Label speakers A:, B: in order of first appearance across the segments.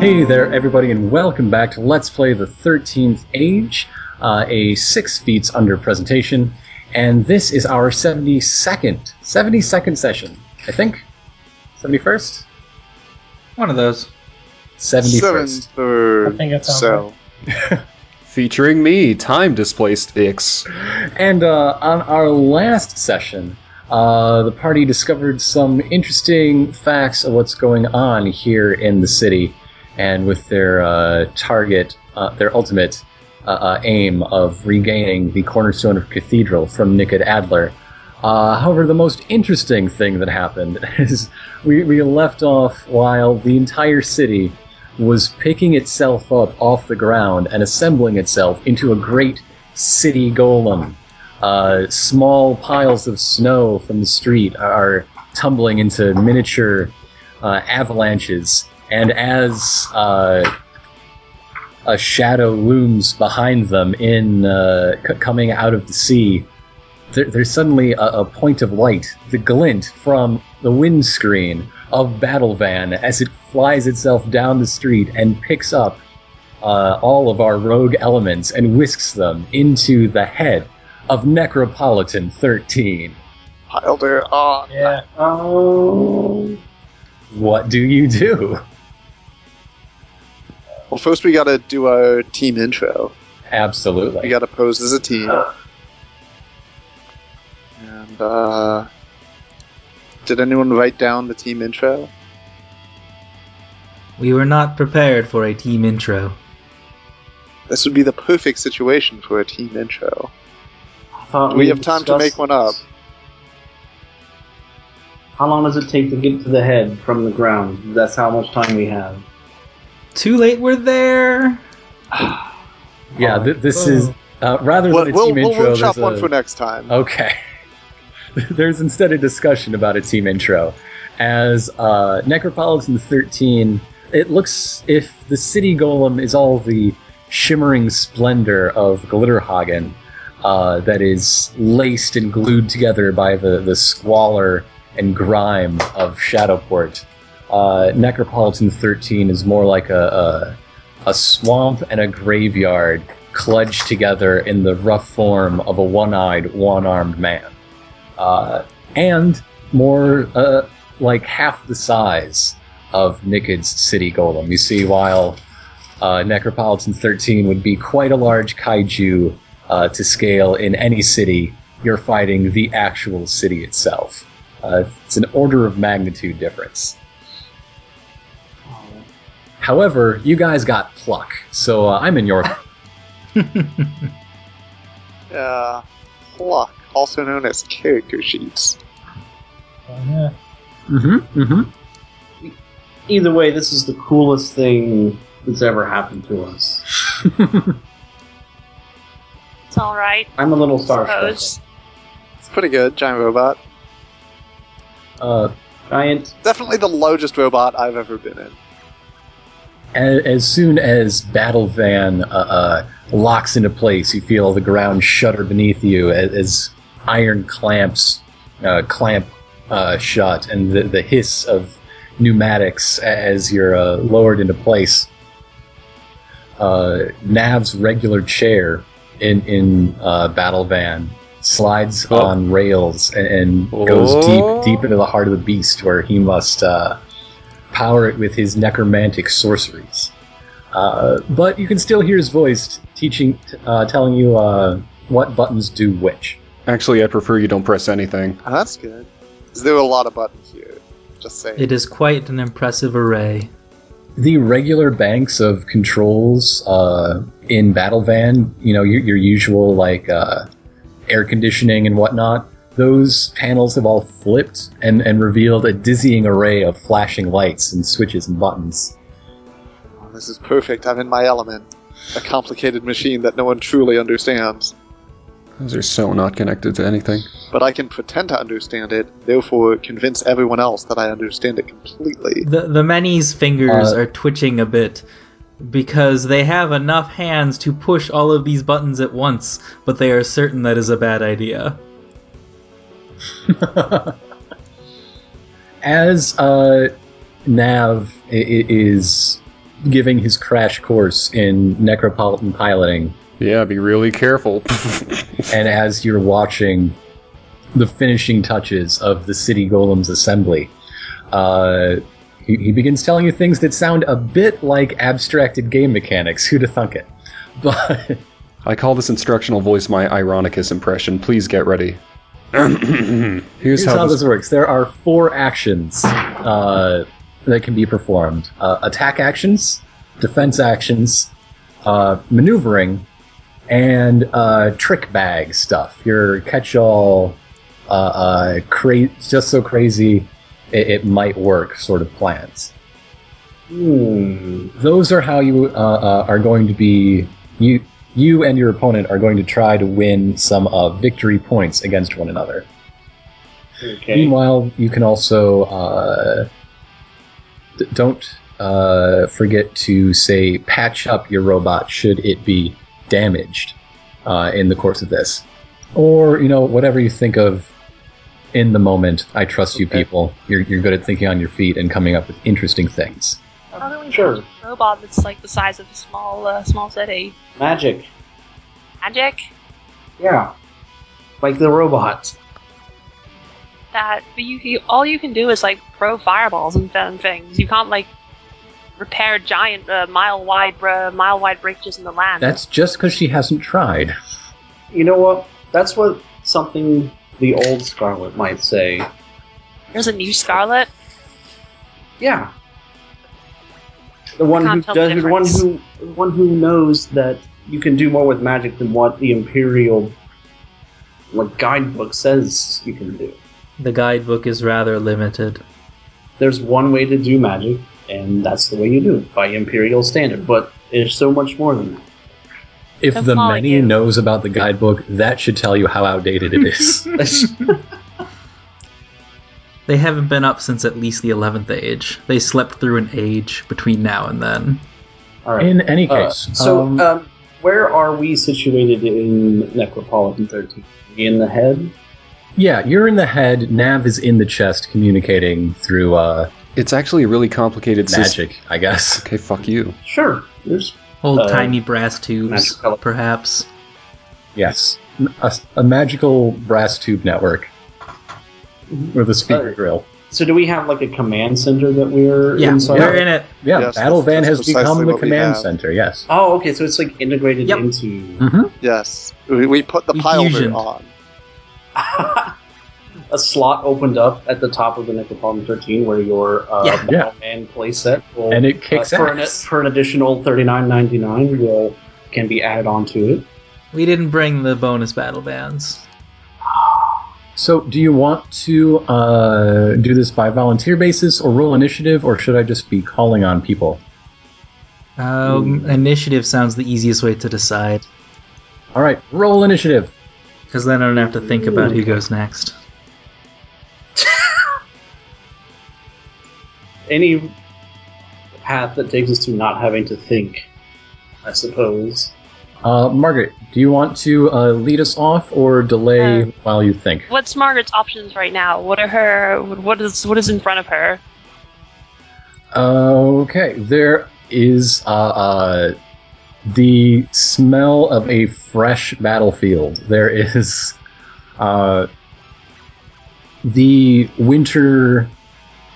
A: Hey there, everybody, and welcome back to Let's Play the 13th Age, uh, a six feats under presentation. And this is our 72nd, 72nd session, I think? 71st?
B: One of those.
A: 71st.
C: third.
D: I think that sounds
C: so.
E: Featuring me, time displaced Ix.
A: And uh, on our last session, uh, the party discovered some interesting facts of what's going on here in the city, and with their uh, target, uh, their ultimate uh, uh, aim of regaining the cornerstone of cathedral from Nikod Adler. Uh, however, the most interesting thing that happened is we, we left off while the entire city was picking itself up off the ground and assembling itself into a great city golem uh, small piles of snow from the street are tumbling into miniature uh, avalanches. And as uh, a shadow looms behind them, in uh, c- coming out of the sea, there- there's suddenly a-, a point of light, the glint from the windscreen of Battle Van as it flies itself down the street and picks up uh, all of our rogue elements and whisks them into the head of Necropolitan 13.
C: Pilder on.
D: Yeah.
B: Oh.
A: What do you do?
C: Well, first we gotta do our team intro. We
A: Absolutely.
C: gotta pose as a team. And, uh. Did anyone write down the team intro?
B: We were not prepared for a team intro.
C: This would be the perfect situation for a team intro.
F: I thought
C: Do we have time to
F: discussed-
C: make one up?
F: How long does it take to get to the head from the ground? That's how much time we have.
B: Too late we're there.
A: Yeah, th- this is uh, rather
C: We'll,
A: than a
C: we'll,
A: team
C: we'll
A: intro.
C: workshop
A: there's
C: one
A: a-
C: for next time.
A: Okay. There's instead a discussion about a team intro, as uh, Necropolitan 13. It looks if the city golem is all the shimmering splendor of Glitterhagen, uh, that is laced and glued together by the, the squalor and grime of Shadowport. Uh, Necropolitan 13 is more like a, a, a swamp and a graveyard cludged together in the rough form of a one-eyed, one-armed man, uh, and more uh, like half the size of Nicid's city golem. You see, while uh, Necropolitan 13 would be quite a large kaiju uh, to scale in any city, you're fighting the actual city itself. Uh, it's an order of magnitude difference. However, you guys got pluck, so uh, I'm in your Oh.
C: Uh, Pluck, also known as character sheets.
D: Yeah.
A: Mm-hmm. Mm-hmm.
F: Either way, this is the coolest thing that's ever happened to us.
A: mm-hmm.
G: It's all right,
F: I'm a little
G: I
F: starstruck.
G: suppose.
C: It's pretty good, giant robot.
A: Uh,
F: Giant.
C: Definitely the largest robot I've ever been in.
A: as, as soon as Battle Van uh, uh, locks into place, you feel the ground shudder beneath you as, as iron clamps uh, clamp uh, shut, and the, the hiss of pneumatics as you're uh, lowered into place. Uh, Nav's regular chair in in uh, Battle Van slides
E: Oh.
A: on rails and, and goes
E: Oh.
A: deep deep into the heart of the beast, where he must uh, power it with his necromantic sorceries. Uh, but you can still hear his voice teaching, t- uh, telling you uh, what buttons do which.
E: Actually, I prefer you don't press anything.
C: Oh, that's good. 'Cause there were a lot of buttons here. Just saying.
B: It is quite an impressive array.
A: the regular banks of controls uh, in Battle Van, you know, your, your usual like uh, air conditioning and whatnot, those panels have all flipped and, and revealed a dizzying array of flashing lights and switches and buttons.
C: Oh, this is perfect. I'm in my element. A complicated machine that no one truly understands.
E: Those are so not connected to anything.
C: But I can pretend to understand it, therefore convince everyone else that I understand it completely.
B: The the many's fingers
A: Uh,
B: are twitching a bit because they have enough hands to push all of these buttons at once, but they are certain that is a bad idea.
A: As uh, Nav i- i- is giving his crash course in necropolitan piloting.
E: Yeah, be really careful.
A: and as you're watching the finishing touches of the city golem's assembly, uh, he, he begins telling you things that sound a bit like abstracted game mechanics. Who'd have thunk it? But
E: I call this instructional voice my Ironicus impression. Please get ready. Here's,
A: Here's how, this works. There are four actions uh, that can be performed: uh, attack actions, defense actions, uh, maneuvering, and uh, trick bag stuff. Your catch-all, uh, uh, cra- just so crazy it, it might work sort of plans.
F: Hmm.
A: Those are how you uh, uh, are going to be you. You and your opponent are going to try to win some uh, victory points against one another.
F: Okay.
A: Meanwhile, you can also uh, d- don't uh, forget to say patch up your robot should it be damaged uh, in the course of this, or you know whatever you think of in the moment. I trust you,
C: Okay.
A: people. You're you're good at thinking on your feet and coming up with interesting things.
G: How do we
F: Sure.
G: build a robot that's like the size of a small uh, small city?
F: Magic.
G: Magic?
F: Yeah. Like the robot.
G: That but you, you all you can do is like throw fireballs and th- things. You can't like repair giant uh, mile wide uh, mile wide breakages in the land.
A: That's just because she hasn't tried.
F: You know what? That's what something the old Scarlet might say.
G: There's a new Scarlet.
F: Yeah. The one
G: Can't
F: who
G: tell
F: does,
G: the
F: the one
G: difference.
F: who, the one who knows that you can do more with magic than what the imperial, like guidebook says you can do.
B: The guidebook is rather limited.
F: There's one way to do magic, and that's the way you do it by imperial standard. But there's so much more than that.
A: If
G: I'm
A: the
G: following
A: many
G: you.
A: knows about the guidebook, that should tell you how outdated it is.
B: They haven't been up since at least the 11th age. They slept through an age between now and then.
F: All right.
A: in any
F: Uh,
A: case,
F: so,
A: um,
F: um, where are we situated in Necropolitan 13? We in the head?
A: Yeah, you're in the head. Nav is in the chest, communicating through uh,
E: it's actually a really complicated system.
A: magic, I guess.
E: Okay, fuck you.
F: Sure. There's
B: Old
F: Uh,
B: tiny brass tubes,
F: magic pellet.
B: perhaps.
A: Yes, a, a magical brass tube network with a speaker
F: Uh,
A: grill.
F: So do we have like a command center that we're
B: Yeah,
F: inside?
B: we're in it.
A: Yeah,
C: Yes,
A: Battle
C: that's-
A: Van
C: that's
A: has become
C: precisely
A: the
C: what we
A: command
C: have.
A: center. Yes.
F: Oh, okay. So it's like integrated
B: Yep. Hmm.
F: into
A: Mm-hmm.
C: Yes. We, we put the
B: We
C: pilot
B: fusioned.
C: on.
F: a slot opened up at the top of the Necropolitan 13 where your uh,
B: Yeah.
A: Yeah.
F: Batman playset will
A: And it kicks
F: uh, for, an,
A: ass.
F: for an additional 39.99 will can be added onto it.
B: We didn't bring the bonus battle bands.
A: So, do you want to uh, do this by volunteer basis or roll initiative, or should I just be calling on people?
B: Um, Initiative sounds the easiest way to decide,
A: All right, roll initiative.
B: because then I don't have to think about who goes next.
F: Any path that takes us to not having to think, I suppose.
A: Uh, Margaret, do you want to uh, lead us off or delay
G: Uh,
A: while you think?
G: What's Margaret's options right now? What are her? What is what is in front of her?
A: Okay, there is uh, uh, the smell of a fresh battlefield. There is uh, the winter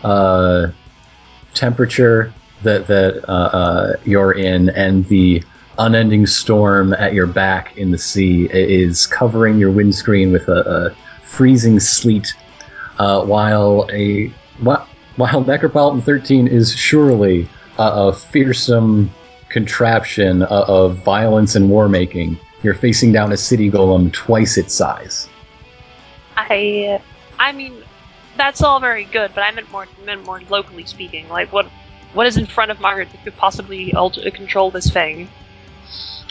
A: uh, temperature that that uh, uh, you're in, and the unending storm at your back in the sea i- is covering your windscreen with a, a freezing sleet, uh, while a whi- while Necropolitan 13 is surely a, a fearsome contraption of, of violence and war making, you're facing down a city golem twice its size.
G: I, uh, I mean, that's all very good, but I meant more, meant more locally speaking. Like, what, what is in front of Margaret that could possibly alter, control this thing?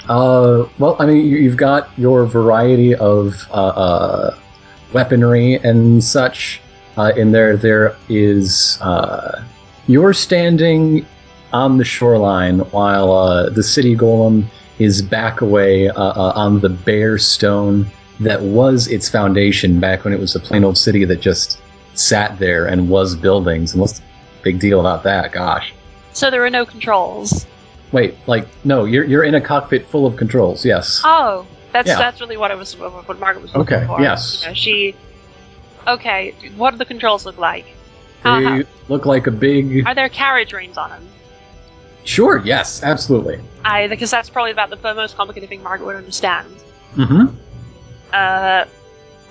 A: Uh, well, I mean, you, you've got your variety of uh, uh, weaponry and such uh, in there. There is uh, you're standing on the shoreline while uh, the city golem is back away uh, uh, on the bare stone that was its foundation back when it was a plain old city that just sat there and was buildings. And what's the big deal about that? Gosh.
G: So there are no controls.
A: Wait, like no, you're you're in a cockpit full of controls. Yes.
G: Oh, that's
A: Yeah.
G: that's really what I was what Margaret was looking
A: Okay,
G: for.
A: yes.
G: You know, she. Okay, what do the controls look like? How,
A: they
G: how,
A: look like a big.
G: are there carriage reins on them?
A: Sure. Yes. Absolutely.
G: I because that's probably about the the most complicated thing Margaret would understand.
A: Mm-hmm.
G: Uh,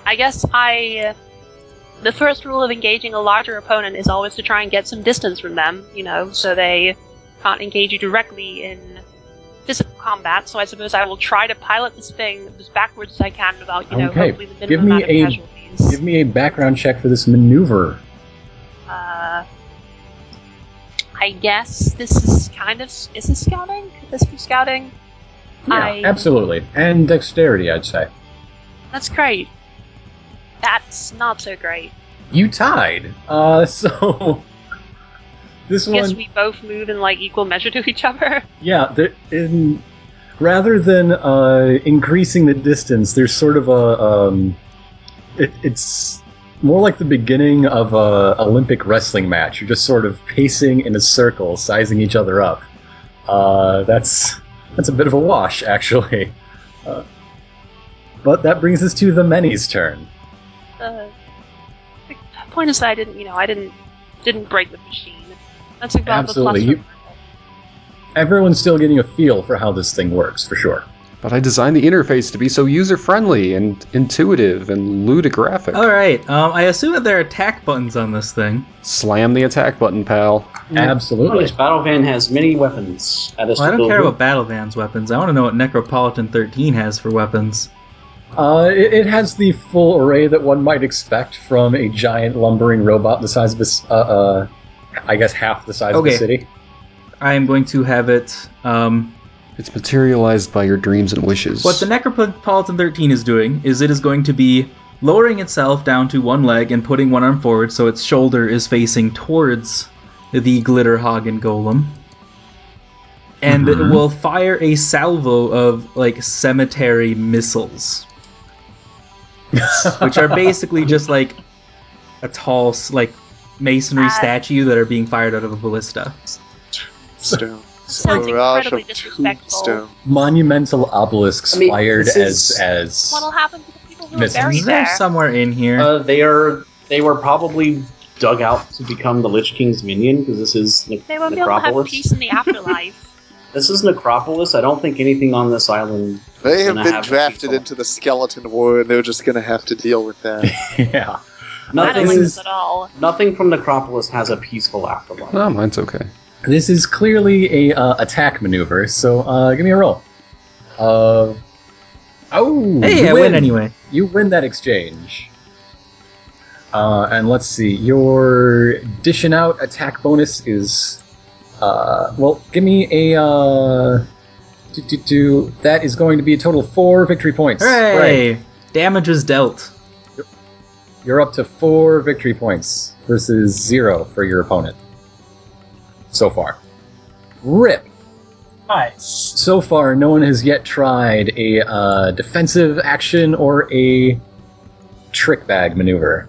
G: I guess I. The first rule of engaging a larger opponent is always to try and get some distance from them, you know, so they can't engage you directly in physical combat. So I suppose I will try to pilot this thing as backwards as I can without, you know,
A: Okay,
G: hopefully the minimum
A: give me
G: amount of
A: a-
G: casualties.
A: Give me a background check for this maneuver.
G: Uh, I guess this is kind of is this scouting? Could this be scouting?
A: Yeah,
G: I-
A: absolutely. And dexterity, I'd say.
G: That's great. That's not so great.
A: You tied. Uh, so this
G: I guess
A: one,
G: we both move in like equal measure to each other.
A: yeah. There, in rather than uh, increasing the distance, there's sort of a. Um, it, it's more like the beginning of a Olympic wrestling match. You're just sort of pacing in a circle, sizing each other up. Uh, that's that's a bit of a wash, actually. Uh, but that brings us to the many's turn.
G: Uh, the point is that I didn't, you know, I didn't didn't break the machine. That's a about
A: Absolutely,
G: the
A: you-
G: plus.
A: Everyone's still getting a feel for how this thing works, for sure.
E: But I designed the interface to be so user friendly and intuitive and ludographic.
B: All right. Um, I assume that there are attack buttons on this thing.
E: Slam the attack button, pal.
F: Well,
A: Absolutely.
F: this battle van has many weapons at its
B: Well, I don't care
F: disposal.
B: about Battle Van's weapons. I want to know what Necropolitan 13 has for weapons.
A: Uh, it, it has the full array that one might expect from a giant lumbering robot the size of this, uh, uh, I guess half the size of
B: Okay.
A: the city.
B: I am going to have it. Um,
E: It's materialized by your dreams and wishes.
B: what the Necropolitan 13 is doing is it is going to be lowering itself down to one leg and putting one arm forward so its shoulder is facing towards the Glitterhagen Golem. And it
A: Mhm.
B: will fire a salvo of, like, cemetery missiles. which are basically just like a tall s- like masonry
G: Uh,
B: statue that are being fired out of a ballista.
C: Stone.
G: Sounds
C: Barrage
G: incredibly
C: of tombstone.
G: disrespectful.
A: Monumental obelisks
F: I mean,
A: fired
F: this
A: as
F: is-
A: as
G: What'll happen to the people who are
A: Miss-
G: buried
B: Is there
G: there?
B: somewhere in here?
F: Uh, they are. They were probably dug out to become the Lich King's minion because this is ne-
G: they won't be able to have
F: necropolis.
G: peace in the afterlife.
F: This is necropolis. I don't think anything on this island.
C: They
F: is
C: have
F: gonna
C: been
F: have the
C: drafted
F: people.
C: into the skeleton war, and they're just going to have to deal with that.
A: yeah.
G: I don't
F: Nothing.
A: this
G: like
A: is-
G: this at all.
F: Nothing from necropolis has a peaceful afterlife.
E: Oh, mine's okay.
A: This is clearly a uh, attack maneuver. So uh, give me a roll. Uh, oh,
B: hey,
A: you
B: I win anyway.
A: You win that exchange. Uh, and let's see, your dishing out attack bonus is. Uh, well, give me a. Uh, do, do, do. That is going to be a total of four victory points.
B: Hooray! Damage was dealt.
A: You're up to four victory points versus zero for your opponent so far. Rip!
D: Nice.
A: So far, no one has yet tried a uh, defensive action or a trick bag maneuver.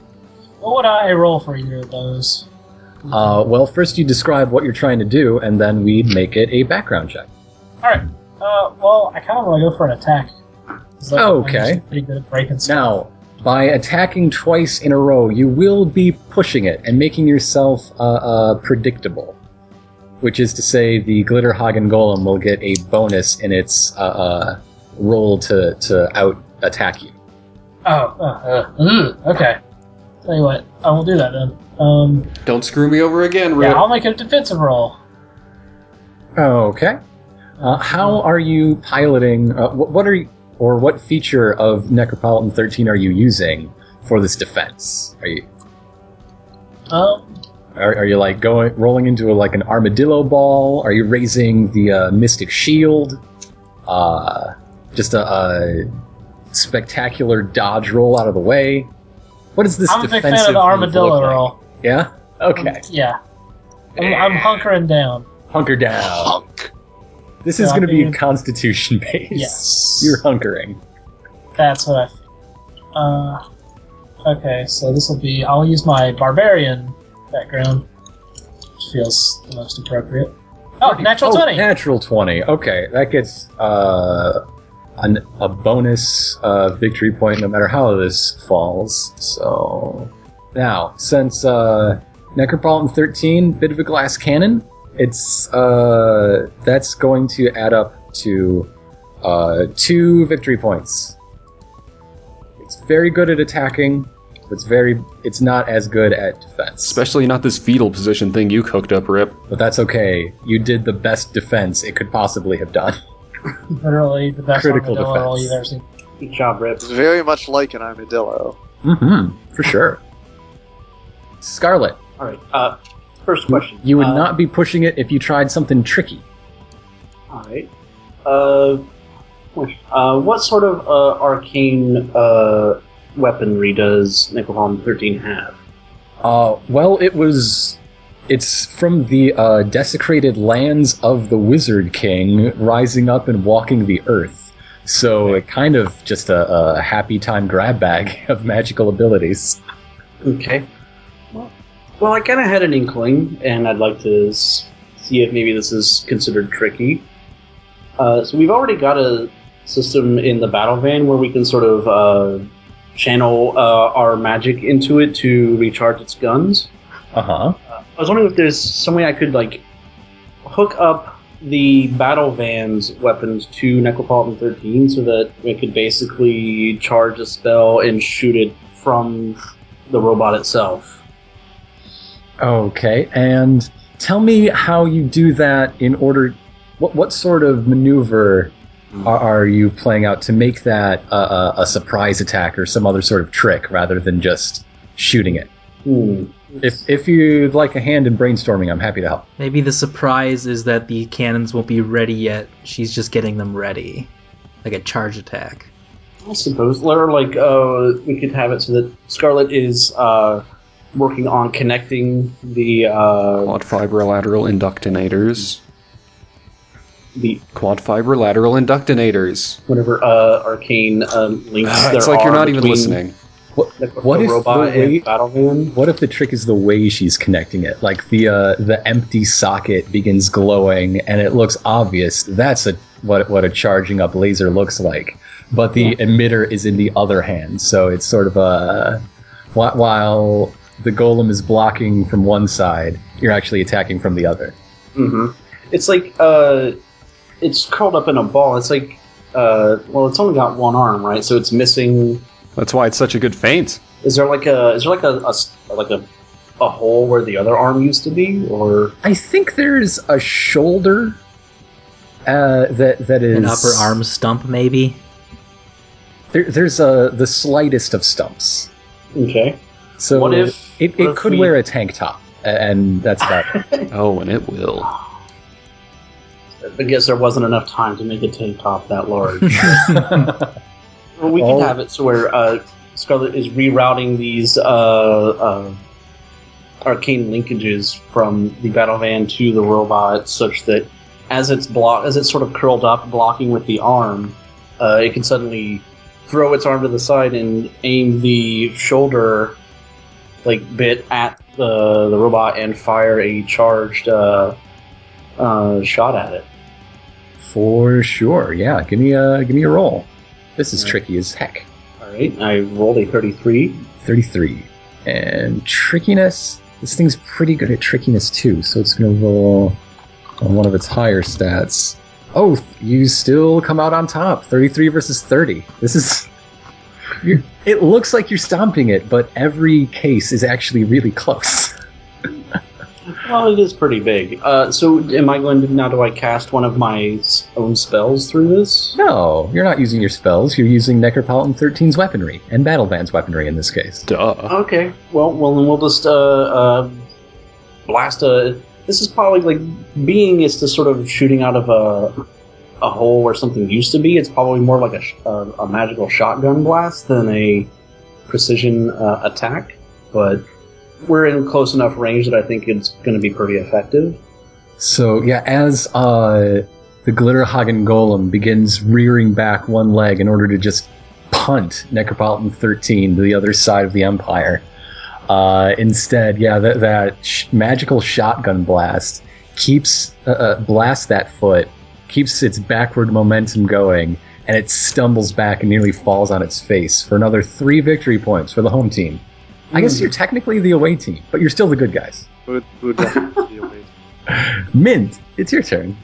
D: What would I roll for either of those?
A: Uh, well, first you describe what you're trying to do, and then we make it a background check.
D: Alright. Uh, well, I kind of want to go for an attack. 'Cause, like, I'm
A: Oh, Okay.
D: just pretty good at breaking stuff.
A: Now, by attacking twice in a row, you will be pushing it and making yourself uh, uh, predictable. Which is to say, the Glitterhagen Golem will get a bonus in its uh, uh, roll to, to out attack you.
D: Oh, uh, uh, mm, okay. Tell you what, I will do that then. Um,
E: Don't screw me over again, Rip.
D: yeah, I'll make a defensive roll.
A: Okay. Uh, how are you piloting? Uh, what, what are you, or what feature of Necropolitan 13 are you using for this defense? Are you
D: Um,
A: Are, are you like going rolling into a, like an armadillo ball? Are you raising the uh, mystic shield? Uh, just a, a spectacular dodge roll out of the way. What is this
D: I'm a big fan
A: defensive move
D: of the
A: look
D: armadillo
A: like?
D: roll.
A: Yeah. Okay.
D: Yeah. I'm, I'm hunkering down.
A: Hunker down.
C: Punk.
A: This is
D: Yeah,
A: going to be a
D: dude.
A: Constitution base.
D: Yes.
A: You're hunkering.
D: That's what I think. Uh, okay, so this will be. I'll use my barbarian background, which feels the most appropriate. Oh, natural
A: Oh,
D: 20.
A: Natural 20. Okay, that gets uh, an, a bonus uh, victory point no matter how this falls. So now, since uh, Necropolitan 13, bit of a glass cannon, it's uh, that's going to add up to uh, two victory points. It's very good at attacking. but It's very. It's not as good at defense.
E: Especially not this fetal position thing you cooked up, Rip.
A: But that's okay. You did the best defense it could possibly have done.
D: Literally the best
A: Critical
D: armadillo roll
A: defense.
D: you've ever seen.
F: Good job, Rip.
C: It's very much like an armadillo.
A: Mm-hmm. For sure. Scarlet,
F: All right. Uh, first question.
A: you would
F: Uh,
A: not be pushing it if you tried something tricky.
F: All right. Uh, question. uh, what sort of uh, arcane uh, weaponry does Necrohom 13 have?
A: Uh, well, it was. It's from the uh, desecrated lands of the Wizard King, rising up and walking the earth. So it kind of just a, a happy time grab bag of magical abilities.
F: Okay. Well, well I kind of had an inkling, and I'd like to s- see if maybe this is considered tricky. Uh, so we've already got a system in the battle van where we can sort of uh, channel uh, our magic into it to recharge its guns.
A: Uh huh.
F: I was wondering if there's some way I could like hook up the battle van's weapons to Necropolitan 13 so that we could basically charge a spell and shoot it from the robot itself.
A: Okay, and tell me how you do that in order. What what sort of maneuver are, are you playing out to make that a, a, a surprise attack or some other sort of trick rather than just shooting it?
F: Hmm.
A: If if you'd like a hand in brainstorming, I'm happy to help.
B: Maybe the surprise is that the cannons won't be ready yet. She's just getting them ready, like a charge attack.
F: I suppose, or like uh, we could have it so that Scarlet is uh, working on connecting the uh,
E: Quad fiber lateral inductinators.
F: the
E: Quad fiber lateral inductinators.
F: whatever uh, arcane um, links. there
E: it's like you're
F: are
E: not even
F: between
E: listening.
A: What
F: The,
A: What
F: the
A: if
F: robot
A: the
F: and
A: way-
F: battle van.
A: what if the trick is the way she's connecting it? Like the uh, the empty socket begins glowing and it looks obvious. That's a what what a charging up laser looks like. But the emitter is in the other hand, so it's sort of a whi- while the golem is blocking from one side, you're actually attacking from the other.
F: hmm It's like uh, it's curled up in a ball. It's like uh, well, it's only got one arm, right? So it's missing.
E: That's why it's such a good feint.
F: Is there like a is there like a, a s- like a a hole where the other arm used to be, or
A: I think there's a shoulder uh, that that is
B: An upper arm stump, maybe.
A: There, there's a the slightest of stumps.
F: okay?
A: So
F: What if-
A: it,
F: what
A: it
F: if
A: could
F: we-
A: wear a tank top, a- and that's about it.
E: Oh, and it will.
F: I guess there wasn't enough time to make a tank top that large. well, we
A: Oh.
F: could have it so where uh, Scarlet is rerouting these uh, uh, arcane linkages from the battle van to the robot, such that as it's block as it's sort of curled up, blocking with the arm, uh, it can suddenly throw its arm to the side and aim the shoulder like bit at the the robot and fire a charged uh, uh, shot at it.
A: For sure, yeah. Give me a give me a roll. This is
F: Alright.
A: tricky as heck.
F: All right, I rolled a thirty-three.
A: Thirty-three and trickiness. This thing's pretty good at trickiness too, so it's gonna roll on one of its higher stats. Oh, you still come out on top. Thirty-three versus thirty. This is. You're, it looks like you're stomping it, but every case is actually really close.
F: Well, it is pretty big. Uh, so, am I going to now? Do I cast one of my s- own spells through this?
A: No, you're not using your spells. You're using Necropolitan 13's weaponry, and Battle Van's weaponry in this case.
E: Duh.
F: Okay. Well, well, then we'll just uh, uh, blast a. This is probably like being is just sort of shooting out of a a hole where something used to be. It's probably more like a sh- a, a magical shotgun blast than a precision uh, attack. But we're in close enough range that I think it's going to be pretty effective.
A: So, yeah, as uh, the Glitterhagen Golem begins rearing back one leg in order to just punt Necropolitan 13 to the other side of the Empire, uh, instead, yeah, that, that sh- magical shotgun blast keeps uh, uh, blasts that foot, keeps its backward momentum going, and it stumbles back and nearly falls on its face for another three victory points for the home team. I guess you're technically the away team, but you're still the good guys.
C: Would, would definitely be away.
A: Mint, it's your turn.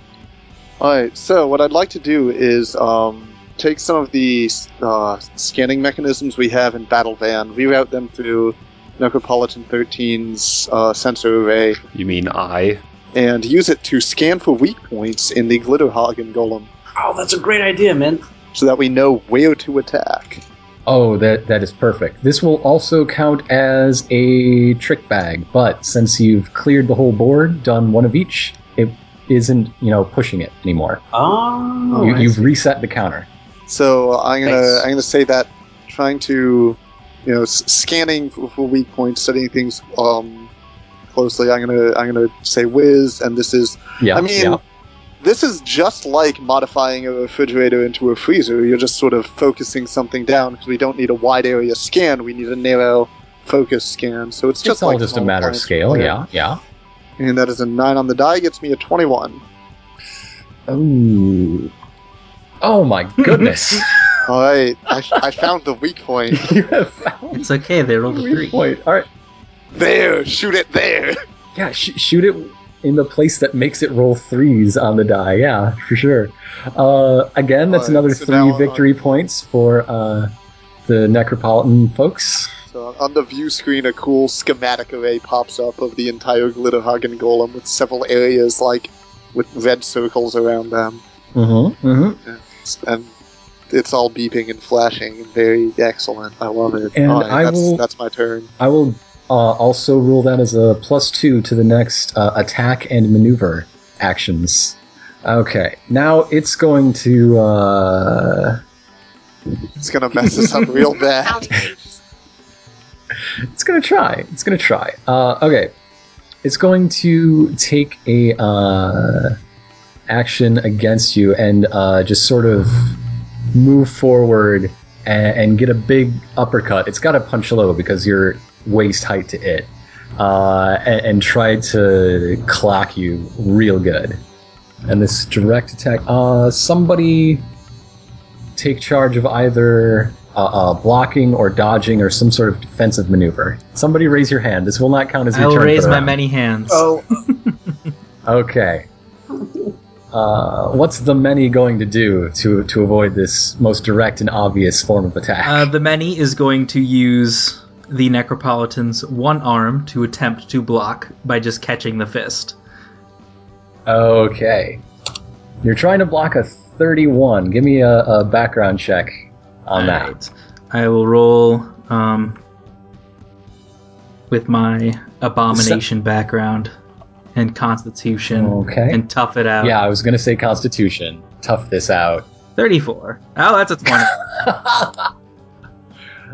C: Alright, so what I'd like to do is um, take some of the uh, scanning mechanisms we have in Battle Van, reroute them through Necropolitan 13's uh, sensor array,
E: You mean I?
C: and use it to scan for weak points in the Glitterhagen Golem
F: Oh, that's a great idea, man.
C: so that we know where to attack.
A: Oh, that that is perfect. This will also count as a trick bag, but since you've cleared the whole board, done one of each, it isn't you know pushing it anymore.
F: Oh,
A: you,
F: I
A: you've
F: see.
A: reset the counter.
C: So I'm gonna
F: Thanks.
C: I'm gonna say that trying to you know s- scanning for, for weak points, studying things um, closely. I'm gonna I'm gonna say whiz, and this is
A: Yeah,
C: I mean,
A: yeah.
C: this is just like modifying a refrigerator into a freezer. You're just sort of focusing something down because we don't need a wide area scan. We need a narrow focus scan. So it's
A: It's,
C: just
A: all
C: like
A: just a
C: small
A: matter of
C: appliance
A: scale.
C: repair.
A: Yeah, yeah.
C: And that is a nine on the die. Gets me a twenty-one.
A: Oh, oh my goodness!
C: All right, I, I found the weak point.
A: you have found
B: It's okay. They
A: a
B: rolled a three.
A: weak point. All right,
C: There, shoot it there.
A: yeah. Sh- shoot it in the place that makes it roll threes on the die. Yeah, for sure. Uh, again, that's
C: Alright,
A: another
C: so now uh,
A: three
C: I'm-
A: victory points for uh, the Necropolitan folks.
C: So on the view screen, a cool schematic array pops up of the entire Glitterhagen Golem with several areas like with red circles around them,
A: Mm-hmm. Mm-hmm.
C: and it's all beeping and flashing. and Very excellent. I love it.
A: And
C: All right,
A: I
C: that's,
A: will-
C: that's my turn.
A: I will uh, also rule that as a plus two to the next uh, attack and maneuver actions. Okay, now it's going to. Uh,
C: It's gonna mess us up real bad.
G: Sound engaged.
A: it's gonna try. It's gonna try. Uh, okay, it's going to take a uh, action against you and uh, just sort of move forward and, and get a big uppercut. It's got to punch low because you're waist height to it, uh, and, and try to clock you real good. And this direct attack. Uh, somebody take charge of either uh, uh, blocking or dodging or some sort of defensive maneuver. Somebody raise your hand. This will not count as your
B: I will
A: turn. for
B: raise
A: the
B: my
A: round.
B: many hands.
F: Oh,
A: Okay. Uh, what's the many going to do to to avoid this most direct and obvious form of attack?
B: Uh, the many is going to use the Necropolitan's one arm to attempt to block by just catching the fist.
A: okay. You're trying to block a 31. Give me a, a background check on that.
B: Alright. I will roll um, with my abomination background and constitution
A: Okay.
B: and uh, tough it out.
A: Oh. Yeah, I was gonna say Constitution. Tough this out.
B: 34. Oh, that's a 20.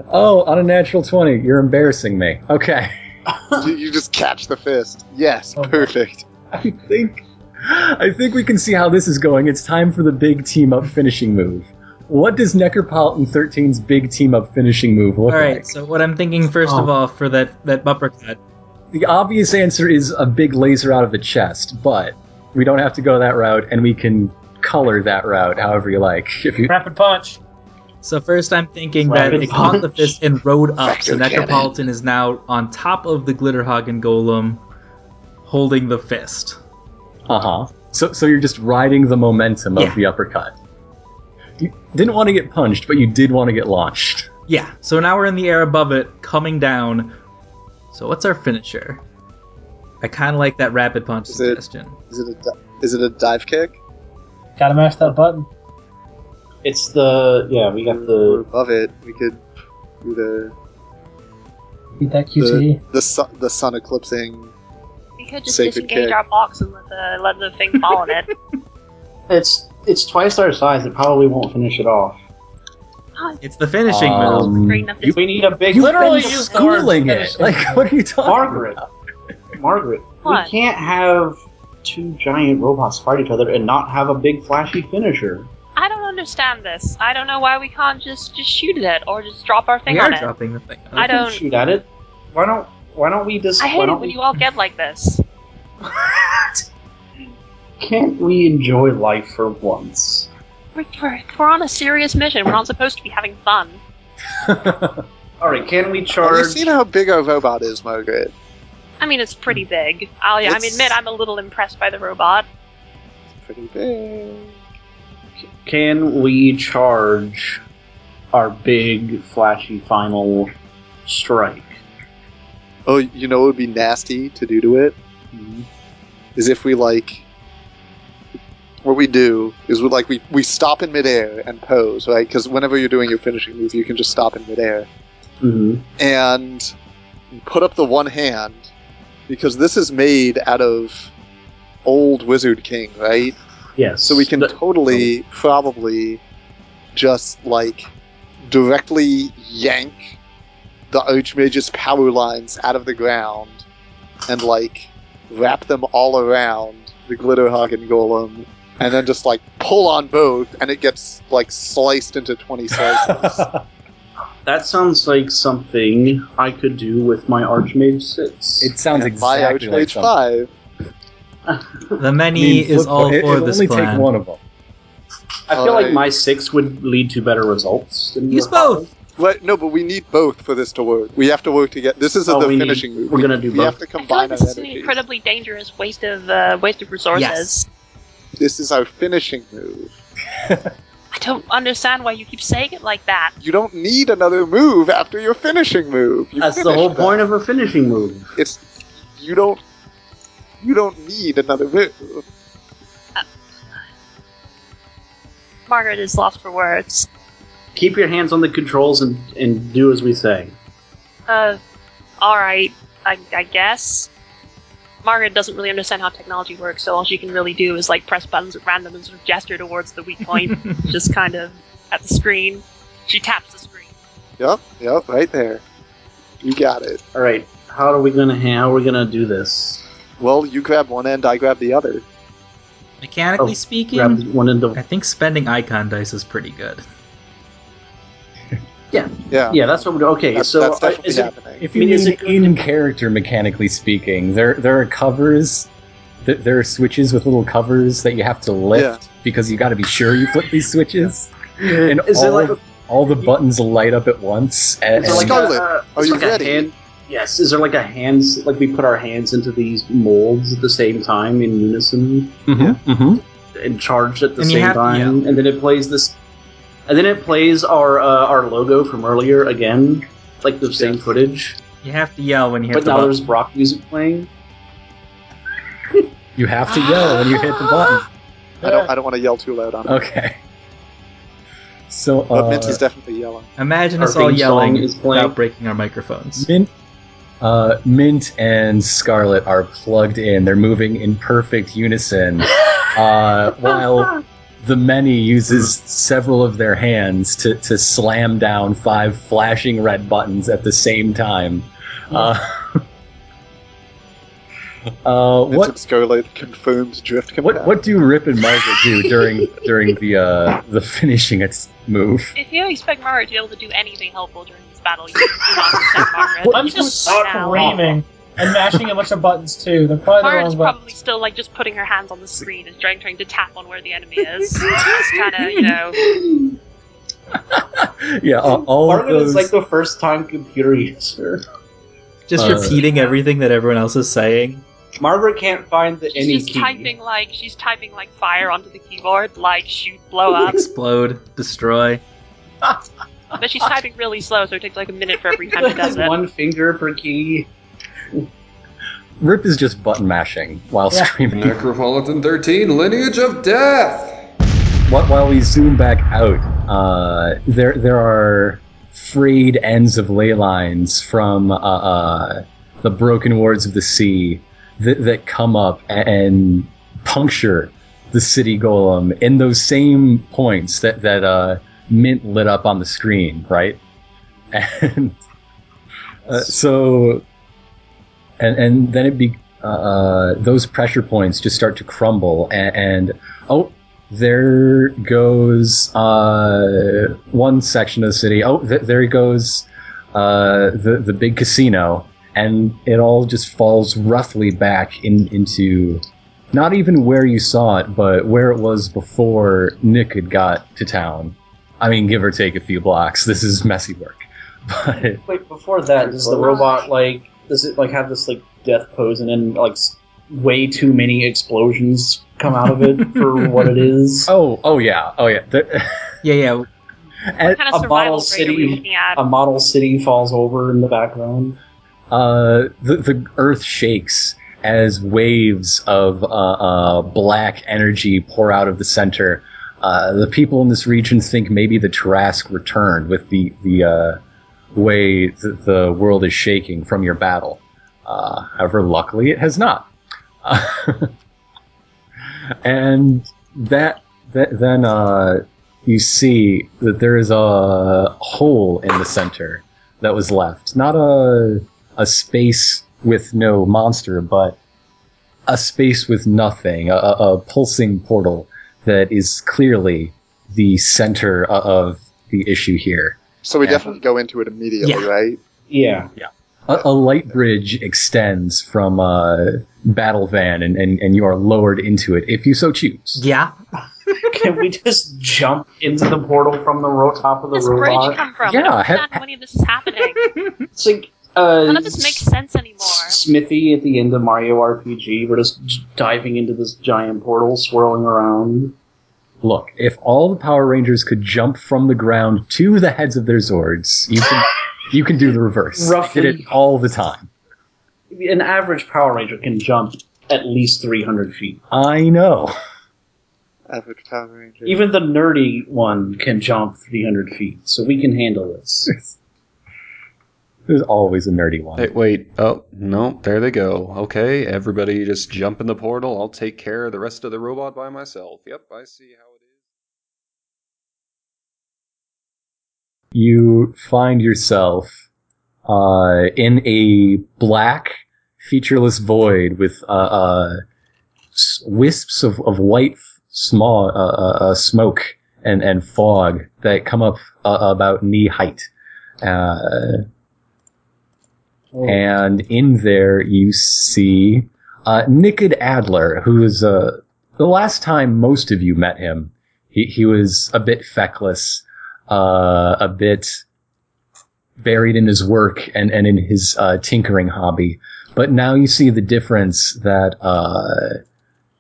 A: Oh, on a natural 20, you're embarrassing me. Okay.
C: you, you just catch the fist. Yes,
D: Oh.
C: perfect.
A: I think I think we can see how this is going. It's time for the big team up finishing move. What does Necropolitan 13's big team up finishing move look
B: all right,
A: like?
B: so what I'm thinking first of all for that, that bumper cut.
A: The obvious answer is a big laser out of the chest, but we don't have to go that route and we can color that route however you like. If you
D: Rapid punch.
B: So first I'm thinking that
F: Rapid
B: it caught the
F: punch.
B: fist and rode up. so
C: Vector
B: Necropolitan is now on top of the Glitterhagen Golem holding the fist.
A: Uh-huh. So so you're just riding the momentum of
B: Yeah.
A: the uppercut. You didn't want to get punched, but you did want to get launched.
B: Yeah, so now we're in the air above it, coming down. So what's our finisher? I kind of like that rapid punch
C: Is it-
B: suggestion.
C: Is it a di- is it a dive kick?
D: Gotta mash that button.
F: it's the yeah. We got
C: We're
F: the
C: above it. We could do the
D: Beat that QTE.
C: the sun, the sun eclipsing.
G: We could just
C: Sacred
G: disengage
C: kick.
G: our box and let the let the thing fall on it.
F: it's it's twice our size. It probably won't finish it off.
B: It's the finishing move.
A: Um,
G: Great enough
A: you-
F: We need a big.
A: You've
D: literally
A: been
D: used the arms
A: schooling
D: to
A: it.
D: finish
A: Like,
D: it.
A: what are you talking
F: Margaret.
A: about?
F: Margaret,
G: What?
F: we can't have two giant robots fight each other and not have a big flashy finisher.
G: I don't understand this. I don't know why we can't just just shoot it at or just drop our thing
B: We
G: on
B: are
G: it.
B: dropping the thing.
G: I
F: can
G: don't-
F: shoot at it. Why don't Why don't we just?
G: I
F: why
G: hate
F: don't
G: it when
F: we-
G: you all get like this.
F: Can't we enjoy life for once?
G: We're, we're, we're on a serious mission. We're not supposed to be having fun.
F: All right, can we
C: Have you
F: charge?
C: seen how big our robot is, Margaret?
G: I mean, it's pretty big. I'll I
C: It's-
G: admit I'm a little impressed by the robot.
C: It's pretty big.
G: Mm.
F: Can we charge our big flashy final strike?
C: Oh, you know what would be nasty to do to it? Is if we, like. What we do is we, like, we, we stop in midair and pose, right? Because whenever you're doing your finishing move, you can just stop in midair.
F: Mm-hmm.
C: and put up the one hand because this is made out of old Wizard King, right?
F: Yes.
C: So we can
F: But- oh.
C: totally, probably, just like directly yank the Archmage's power lines out of the ground and like wrap them all around the Glitterhagen Golem. And then just like pull on both, and it gets like sliced into twenty slices.
F: that sounds like something I could do with my Archmage Six.
A: It sounds
C: And my
A: exactly like
C: Archmage
A: something.
C: Five.
B: The
A: I
B: many
A: mean,
B: is
A: flip-
B: all
A: it,
B: for
A: it'll
B: this
A: only
B: plan.
A: take one of them.
F: I feel
C: I-
F: like my six would lead to better results. than your
B: Use
F: five.
B: both.
C: Right, no, but we need both for this to work. We have to work together. This isn't
F: Oh,
C: the
F: we need-
C: finishing move.
F: we're gonna do
C: We
F: both.
C: have to
G: I feel like
C: combine our
G: this is an
C: energies.
G: incredibly dangerous waste of uh, waste of resources.
B: Yes.
C: This is our finishing move.
G: I don't understand why you keep saying it like that.
C: You don't need another move after your finishing move. You
F: That's the
C: finish
F: whole
C: that.
F: point of a finishing move.
C: It's you don't you don't need another move.
G: Margaret is lost for words.
F: Keep your hands on the controls and, and do as we say.
G: Uh, all right, I, I guess. Margaret doesn't really understand how technology works, so all she can really do is like press buttons at random and sort of gesture towards the weak point, just kind of at the screen. She taps the screen.
C: Yep, yep, right there. You got it.
F: All right, how are we gonna how are we gonna do this?
C: Well, you grab one end, I grab the other.
B: Mechanically
F: Oh,
B: speaking,
F: Grab one end of
B: I think spending icon dice is pretty good.
C: Yeah,
F: yeah. That's what we're okay.
C: that's,
F: so
C: that's
F: uh,
C: definitely
F: is it,
C: happening.
A: If you
F: I mean, is
A: mean
F: it-
A: in character, mechanically speaking, there there are covers. th- There are switches with little covers that you have to lift because you got to be sure you flip these switches, and
F: is
A: all,
F: it like a-
A: all the buttons light up at once. And,
F: is it like a,
C: Scarlet,
F: uh,
C: are
F: is
C: you
F: like a
C: ready?
F: hand- yes. Is there like a hands like we put our hands into these molds at the same time in unison
A: Mhm, mhm.
F: and charge at the
B: And you
F: same
B: have-
F: time, and then it plays this, and then it plays our uh, our logo from earlier again, like the same footage,
B: You have to yell when you hit
F: but
B: the
F: now
B: button.
F: there's Brock music playing.
A: you have to yell when you hit the button.
C: I don't I don't want to yell too loud on it.
A: Okay. So
C: But
A: uh,
C: Minty's definitely yelling.
B: Imagine
F: Our
B: us all
F: theme
B: yelling
F: song is playing.
B: without breaking our microphones.
A: Mint, uh, Mint and Scarlet are plugged in. They're moving in perfect unison, uh, while the many uses several of their hands to, to slam down five flashing red buttons at the same time. Uh, uh,
C: What?
A: what,
C: Scarlet confirmed drift
A: what what do Rip and Margaret do during during the uh, the finishing its move?
G: If you expect Margaret to be able to do anything helpful during this battle, you do not understand Margaret.
D: I'm
G: You
D: just
G: don't know.
D: screaming and mashing a bunch of buttons too. They're probably the
G: Margaret's
D: wrong buttons.
G: probably still like just putting her hands on the screen and trying trying to tap on where the enemy is. just kind of, you know.
A: yeah, all, all of
F: Margaret
A: those.
F: is like the first time computer user.
B: Just
A: Uh,
B: repeating everything that everyone else is saying.
F: Margaret can't find the any
G: She's just
F: key.
G: typing like she's typing like fire onto the keyboard, like shoot, blow up.
B: Explode, destroy.
G: but she's typing really slow, so it takes like a minute for every time she does it.
F: one finger per key.
A: Rip is just button mashing while
D: Yeah.
A: screaming.
E: Necropolitan 13, Lineage of Death!
A: Wh- while we zoom back out, uh, there there are frayed ends of ley lines from uh, uh, the broken wards of the sea that, that come up a- and puncture the city golem in those same points that that uh, Mint lit up on the screen, right? And uh, so, and and then it be uh, uh, those pressure points just start to crumble, and, and oh, there goes uh, one section of the city. Oh, th- there goes uh, the the big casino, and it all just falls roughly back in, into Not even where you saw it, but where it was before Nick had got to town. I mean, give or take a few blocks. This is messy work. But
F: Wait, before that, does the robot like does it like have this like death pose and then like s- way too many explosions come out of it for what it is?
A: oh, oh yeah, oh yeah. The-
B: Yeah, yeah.
A: and,
G: kind of
F: A
G: survival
F: bottle
G: rate are we
F: city-
G: looking at?
F: A model city falls over in the background.
A: uh, the the earth shakes as waves of uh, uh, black energy pour out of the center. Uh, the people in this region think maybe the Trask returned with the the uh, way the, the world is shaking from your battle. Uh, however, luckily, it has not. and that, that then uh, you see that there is a hole in the center that was left. Not a a space with no monster, but a space with nothing, a, a a pulsing portal that is clearly the center o- of the issue here.
C: So we
A: Yeah.
C: definitely go into it immediately,
B: Yeah.
C: right?
F: Yeah.
A: A, a light bridge extends from uh, Battle Van, and, and, and you are lowered into it if you so choose.
B: Yeah.
F: Can we just jump into the portal from the ro- top of the
G: Where does this
F: robot?
G: bridge come from?
A: Yeah,
G: I don't
A: have-
G: understand how any of this is happening.
F: It's like uh,
G: None of this makes sense anymore.
F: Smithy at the end of Mario RPG. We're just j- diving into this giant portal, swirling around.
A: Look, if all the Power Rangers could jump from the ground to the heads of their Zords, you can you can do the reverse.
F: Roughly.
A: I did it all the time.
F: An average Power Ranger can jump at least 300 feet.
A: I know.
C: Average Power Ranger.
F: Even the nerdy one can jump 300 feet, so we can handle this.
A: There's always a nerdy one.
E: Hey, wait. Oh, no. There they go. Okay, everybody just jump in the portal. I'll take care of the rest of the robot by myself. Yep, I see how it is.
A: you find yourself uh, in a black, featureless void with uh, uh, s- wisps of, of white f- small uh, uh, uh, smoke and, and fog that come up uh, about knee height. Uh, And in there, you see uh, Nickid Adler, who is uh, the last time most of you met him. He, he was a bit feckless, uh, a bit buried in his work and, and in his uh, tinkering hobby. But now you see the difference that uh,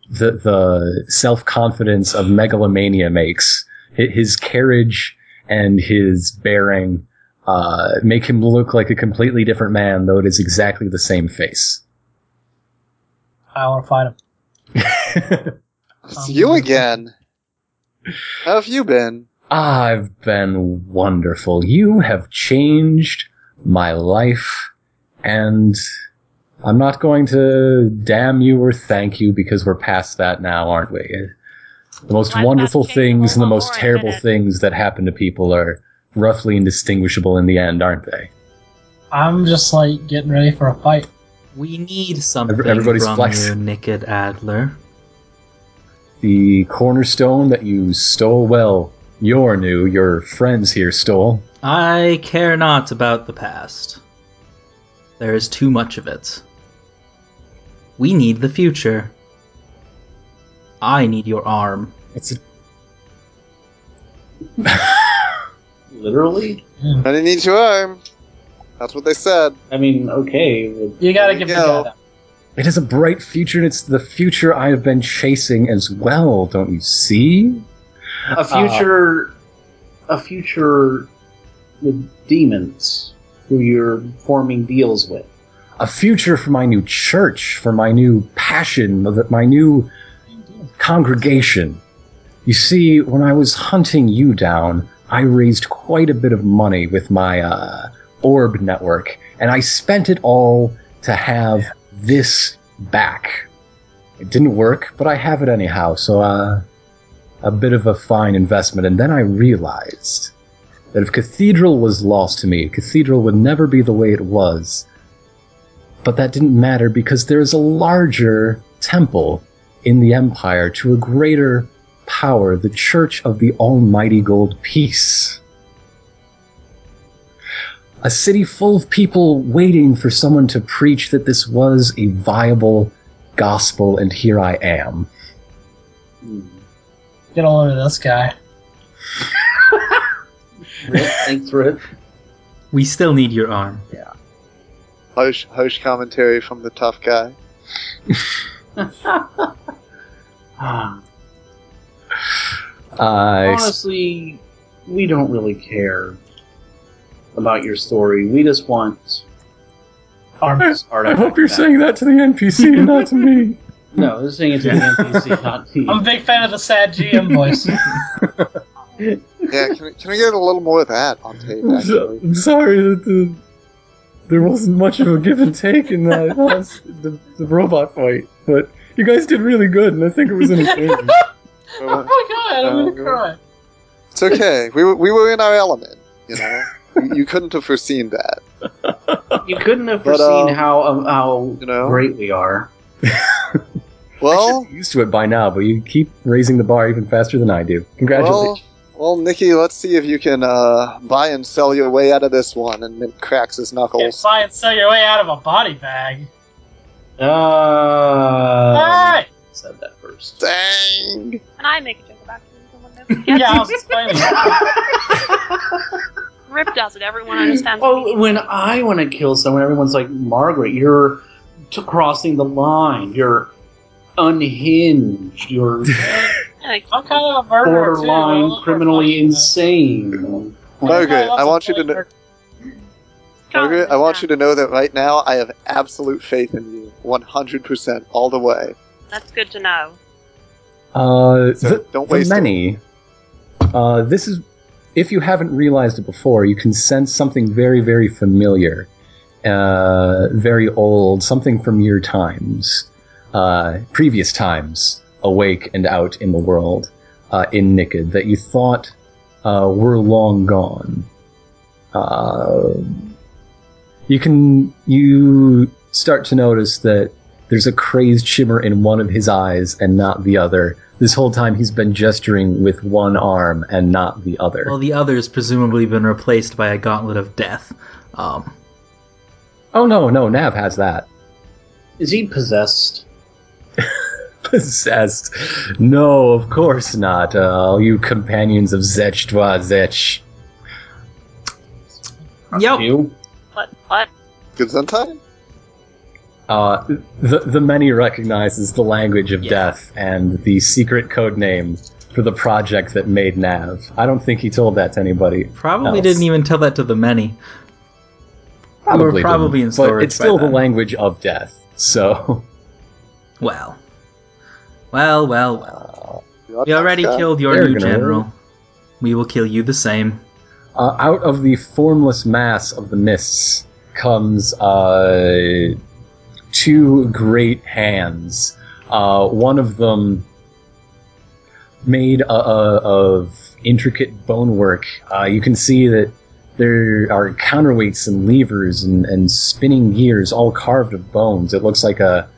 A: the, the self confidence of megalomania makes. Hi- His carriage and his bearing uh, make him look like a completely different man, though it is exactly the same face.
D: I want to fight him.
C: It's
F: um,
C: you again. How have you been?
A: I've been wonderful. You have changed my life, and I'm not going to damn you or thank you because we're past that now, aren't we? The most
G: Why not
A: wonderful
G: change the
A: things and the
G: whole
A: most
G: world
A: terrible
G: in it?
A: things that happen to people are roughly indistinguishable in the end, aren't they?
D: I'm just like getting ready for a fight.
B: We need something
A: Every- everybody's
B: from
A: flex.
B: you, Nicked Adler.
A: The cornerstone that you stole, well, your new, your friends here stole.
B: I care not about the past. There is too much of it. We need the future. I need your arm.
A: It's
F: Literally?
D: Hmm.
C: I didn't need your arm. That's what they said.
F: I mean, okay. but-
D: You gotta
C: There
D: give
C: you
D: me
C: go.
D: that.
A: It is a bright future, and it's the future I have been chasing as well, don't you see?
F: A future. a future with demons who you're forming deals with.
A: A future for my new church, for my new passion, my new congregation. You see, when I was hunting you down, I raised quite a bit of money with my uh, orb network, and I spent it all to have this back. It didn't work, but I have it anyhow, so uh, a bit of a fine investment. And then I realized that if Cathedral was lost to me, Cathedral would never be the way it was. But that didn't matter because there is a larger temple in the empire to a greater power, the Church of the Almighty Gold Peace. A city full of people waiting for someone to preach that this was a viable gospel, and here I am.
D: Get all over this guy.
F: Rip, thanks, Rip.
B: We still need your arm.
C: Hush, hush commentary from the tough guy.
F: Ah,
A: I
F: Honestly, we don't really care about your story. We just want arms art.
A: I hope you're saying that to the NPC and not to me.
F: no. This thing is an NPC, not to
D: I'm a
F: you.
D: big fan of the sad GM voice.
C: Yeah, can, I- can I get a little more of that on tape,
A: I'm so-
C: actually?
A: I'm sorry that the, there wasn't much of a give and take in that last, the, the robot fight, but you guys did really good, and I think it was entertaining.
D: oh my god, I'm
A: Um,
D: gonna cry.
C: It's okay. We were, we were in our element, you know? You- you couldn't have foreseen that,
F: You couldn't have
C: But,
F: foreseen
C: um,
F: how um, how
C: you know?
F: great we are.
C: Well,
A: I'm used to it by now, but you keep raising the bar even faster than I do.
C: well,
A: Congratulations.
C: well, Nikki, let's see if you can uh, buy and sell your way out of this one. And it cracks his
D: Can't
C: knuckles.
D: buy and sell your way out of a body bag.
A: Um,
F: Uh,
D: hey!
F: said that first.
C: Dang!
G: And I make a joke about killing someone nobody
D: Yeah,
G: gets.
D: I was explaining.
G: Rip does it. Everyone understands.
F: Well,
G: me.
F: when I want to kill someone, everyone's like, Margaret, you're t- crossing the line. You're unhinged. You're
G: Like,
D: I'm kind of a murderer too. I'm a
F: borderline
D: little
F: criminally
D: more
F: insane.
D: funny.
C: Okay, I want you to
D: Everybody
C: kn-
D: loves
C: Margaret, I want you to know that right now I have absolute faith in you, 100% all the way.
G: That's good to know.
A: Uh,
C: So
A: the,
C: don't
A: the
C: waste it.
A: many. Uh, this is, if you haven't realized it before, you can sense something very, very familiar, uh, very old, something from your times, uh, previous times, awake and out in the world, uh, in Nikid, that you thought uh, were long gone. Uh, you can you start to notice that there's a crazed shimmer in one of his eyes and not the other. This whole time he's been gesturing with one arm and not the other.
B: Well, the other's presumably been replaced by a gauntlet of death. Um,
A: oh no, no, Nav has that.
F: Is he possessed?
A: Possessed. No, of course not. Uh, all you companions of Zech Dwa Zech.
B: yep.
F: You?
G: What? What?
C: Gesundheit?
A: Uh, the, the many recognizes the language of
B: Yeah.
A: death and the secret code name for the project that made Nav. I don't think he told that to anybody.
B: Probably
A: Else.
B: didn't even tell that to the many. were probably
A: didn't,
B: in
A: But
B: storage
A: it's
B: by
A: still the
B: then.
A: language of death. So.
B: Well. Well, well, well. We already killed your
A: They're
B: new
A: gonna roll.
B: general. We will kill you the same.
A: Uh, out of the formless mass of the mists comes uh, two great hands. Uh, one of them made uh, uh, of intricate bonework. Uh, you can see that there are counterweights and levers and, and spinning gears, all carved of bones. It looks like a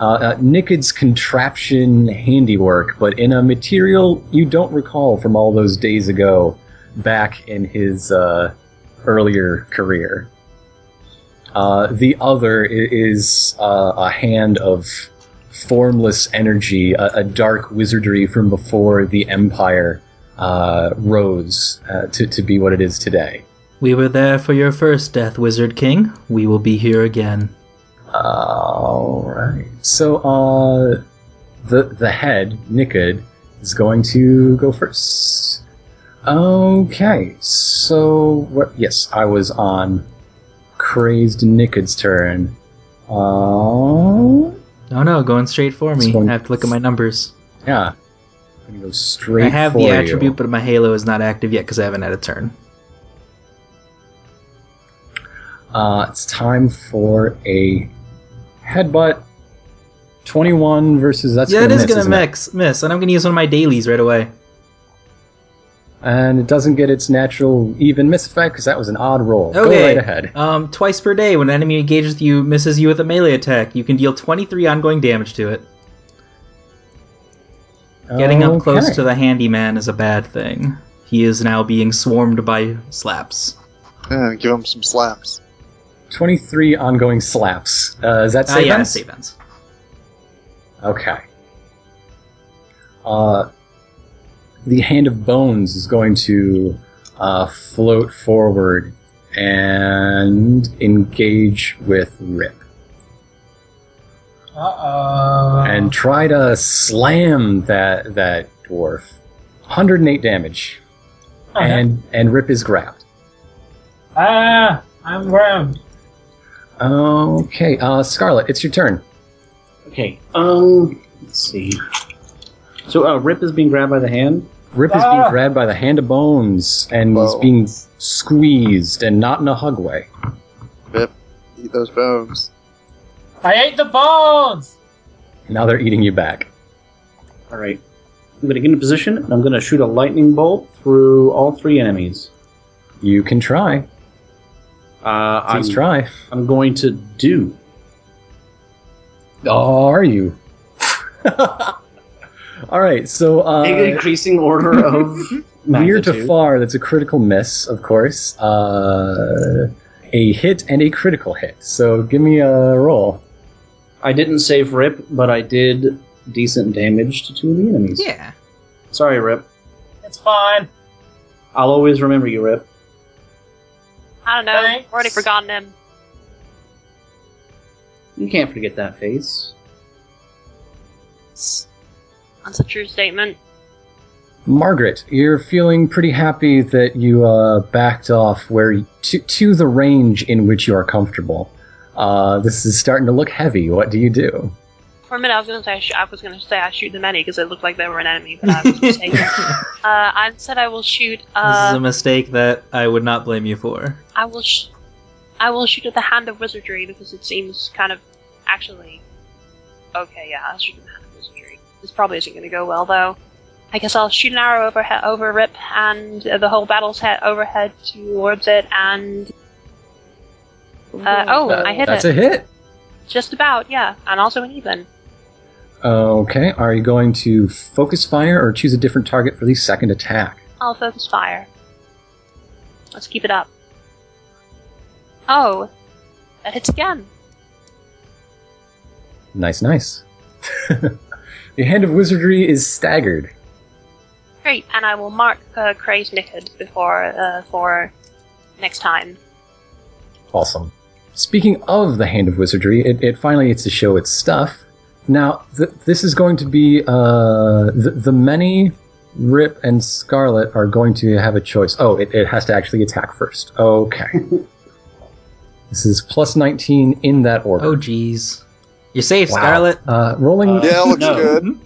A: uh, uh, Nickid's contraption handiwork, but in a material you don't recall from all those days ago back in his uh, earlier career. Uh, the other i- is uh, a hand of formless energy, a, a dark wizardry from before the Empire uh, rose uh, to, to be what it is today.
B: We were there for your first death, Wizard King. We will be here again.
A: All right. So, uh, the the head Nikid is going to go first. Okay. So, what? Yes, I was on crazed Nikid's turn. Uh,
B: No, no, going straight for
A: It's
B: me.
A: going-
B: I have to look at my numbers.
A: yeah. I'm gonna go straight.
B: I have
A: for
B: the
A: you.
B: attribute, but my halo is not active yet because I haven't had a turn.
A: Uh, it's time for a headbutt. Twenty-one versus that's
B: yeah, it
A: gonna
B: is
A: miss,
B: gonna
A: isn't it?
B: mix, miss, and I'm gonna use one of my dailies right away.
A: and it doesn't get its natural even miss effect because that was an odd roll. Go
B: Okay.
A: right ahead.
B: Um, twice per day, when an enemy engages with you, misses you with a melee attack, you can deal 23 ongoing damage to it. Getting up close
A: Okay.
B: to the handyman is a bad thing. He is now being swarmed by slaps.
C: Yeah, give him some slaps.
A: 23 ongoing slaps. Uh, is that
B: Ah,
A: save
B: yeah,
A: ends?
B: save ends.
A: Okay. Uh, the Hand of Bones is going to uh, float forward and engage with Rip
D: Uh-oh.
A: and try to slam that that dwarf. 108 damage,
B: Uh-huh.
D: Okay.
A: and and Rip is grabbed.
D: Ah, I'm grabbed.
A: Okay, uh, Scarlet, it's your turn.
F: Okay. Um. Let's see. So uh, Rip is being grabbed by the hand.
A: Rip is being
D: Ah!
A: grabbed by the Hand of Bones and is
C: Whoa.
A: being squeezed, and not in a hug way.
C: Rip, eat those bones.
D: I ate the bones!
A: Now they're eating you back.
F: All right. I'm gonna get in position and I'm gonna shoot a lightning bolt through all three enemies.
A: You can try.
F: Uh,
A: Please
F: I'm,
A: try.
F: I'm going to do.
A: Oh, are you? All right, so uh,
F: increasing order of
A: near
F: magnitude.
A: to far, that's a critical miss, of course. Uh, a hit and a critical hit. So give me a roll.
F: I didn't save Rip, but I did decent damage to two of the enemies.
B: Yeah.
F: Sorry, Rip.
D: It's fine.
F: I'll always remember you, Rip.
G: I don't know.
D: Thanks.
G: Already forgotten him.
F: You can't forget that face.
G: That's a true statement.
A: Margaret, you're feeling pretty happy that you uh, backed off where you, to, to the range in which you are comfortable. Uh, this is starting to look heavy. What do you do?
G: For a minute, I was going to say I, sh- I was going to say I shoot the many because it looked like they were an enemy, but I was mistaken. uh, I said I will shoot.
B: this is a
G: Uh,
B: mistake that I would not blame you for.
G: I will. Sh- I will shoot at the hand of wizardry because it seems kind of actually. Okay, yeah, I'll shoot at the hand of wizardry. This probably isn't going to go well though. I guess I'll shoot an arrow over he- over Rip and uh, the whole battle's head overhead towards it, and uh, oh, I hit
A: That's
G: it
A: a hit.
G: just about, yeah, and also an even.
A: Okay, are you going to focus fire or choose a different target for the second attack?
G: I'll focus fire. Let's keep it up. Oh, that hits again.
A: Nice, nice. the hand of wizardry is staggered.
G: Great, and I will mark uh, Cray's knickers before uh, for next time.
A: Awesome. Speaking of the hand of wizardry, it, it finally gets to show its stuff. Now, th- this is going to be uh, the, the many Rip and Scarlet are going to have a choice. Oh, it, it has to actually attack first. Okay. this is plus 19 in that order.
B: Oh, jeez. You're safe,
A: Wow.
B: Scarlet. Hmm?
A: Uh, rolling,
F: Uh,
C: Yeah, looks
F: no.
C: good.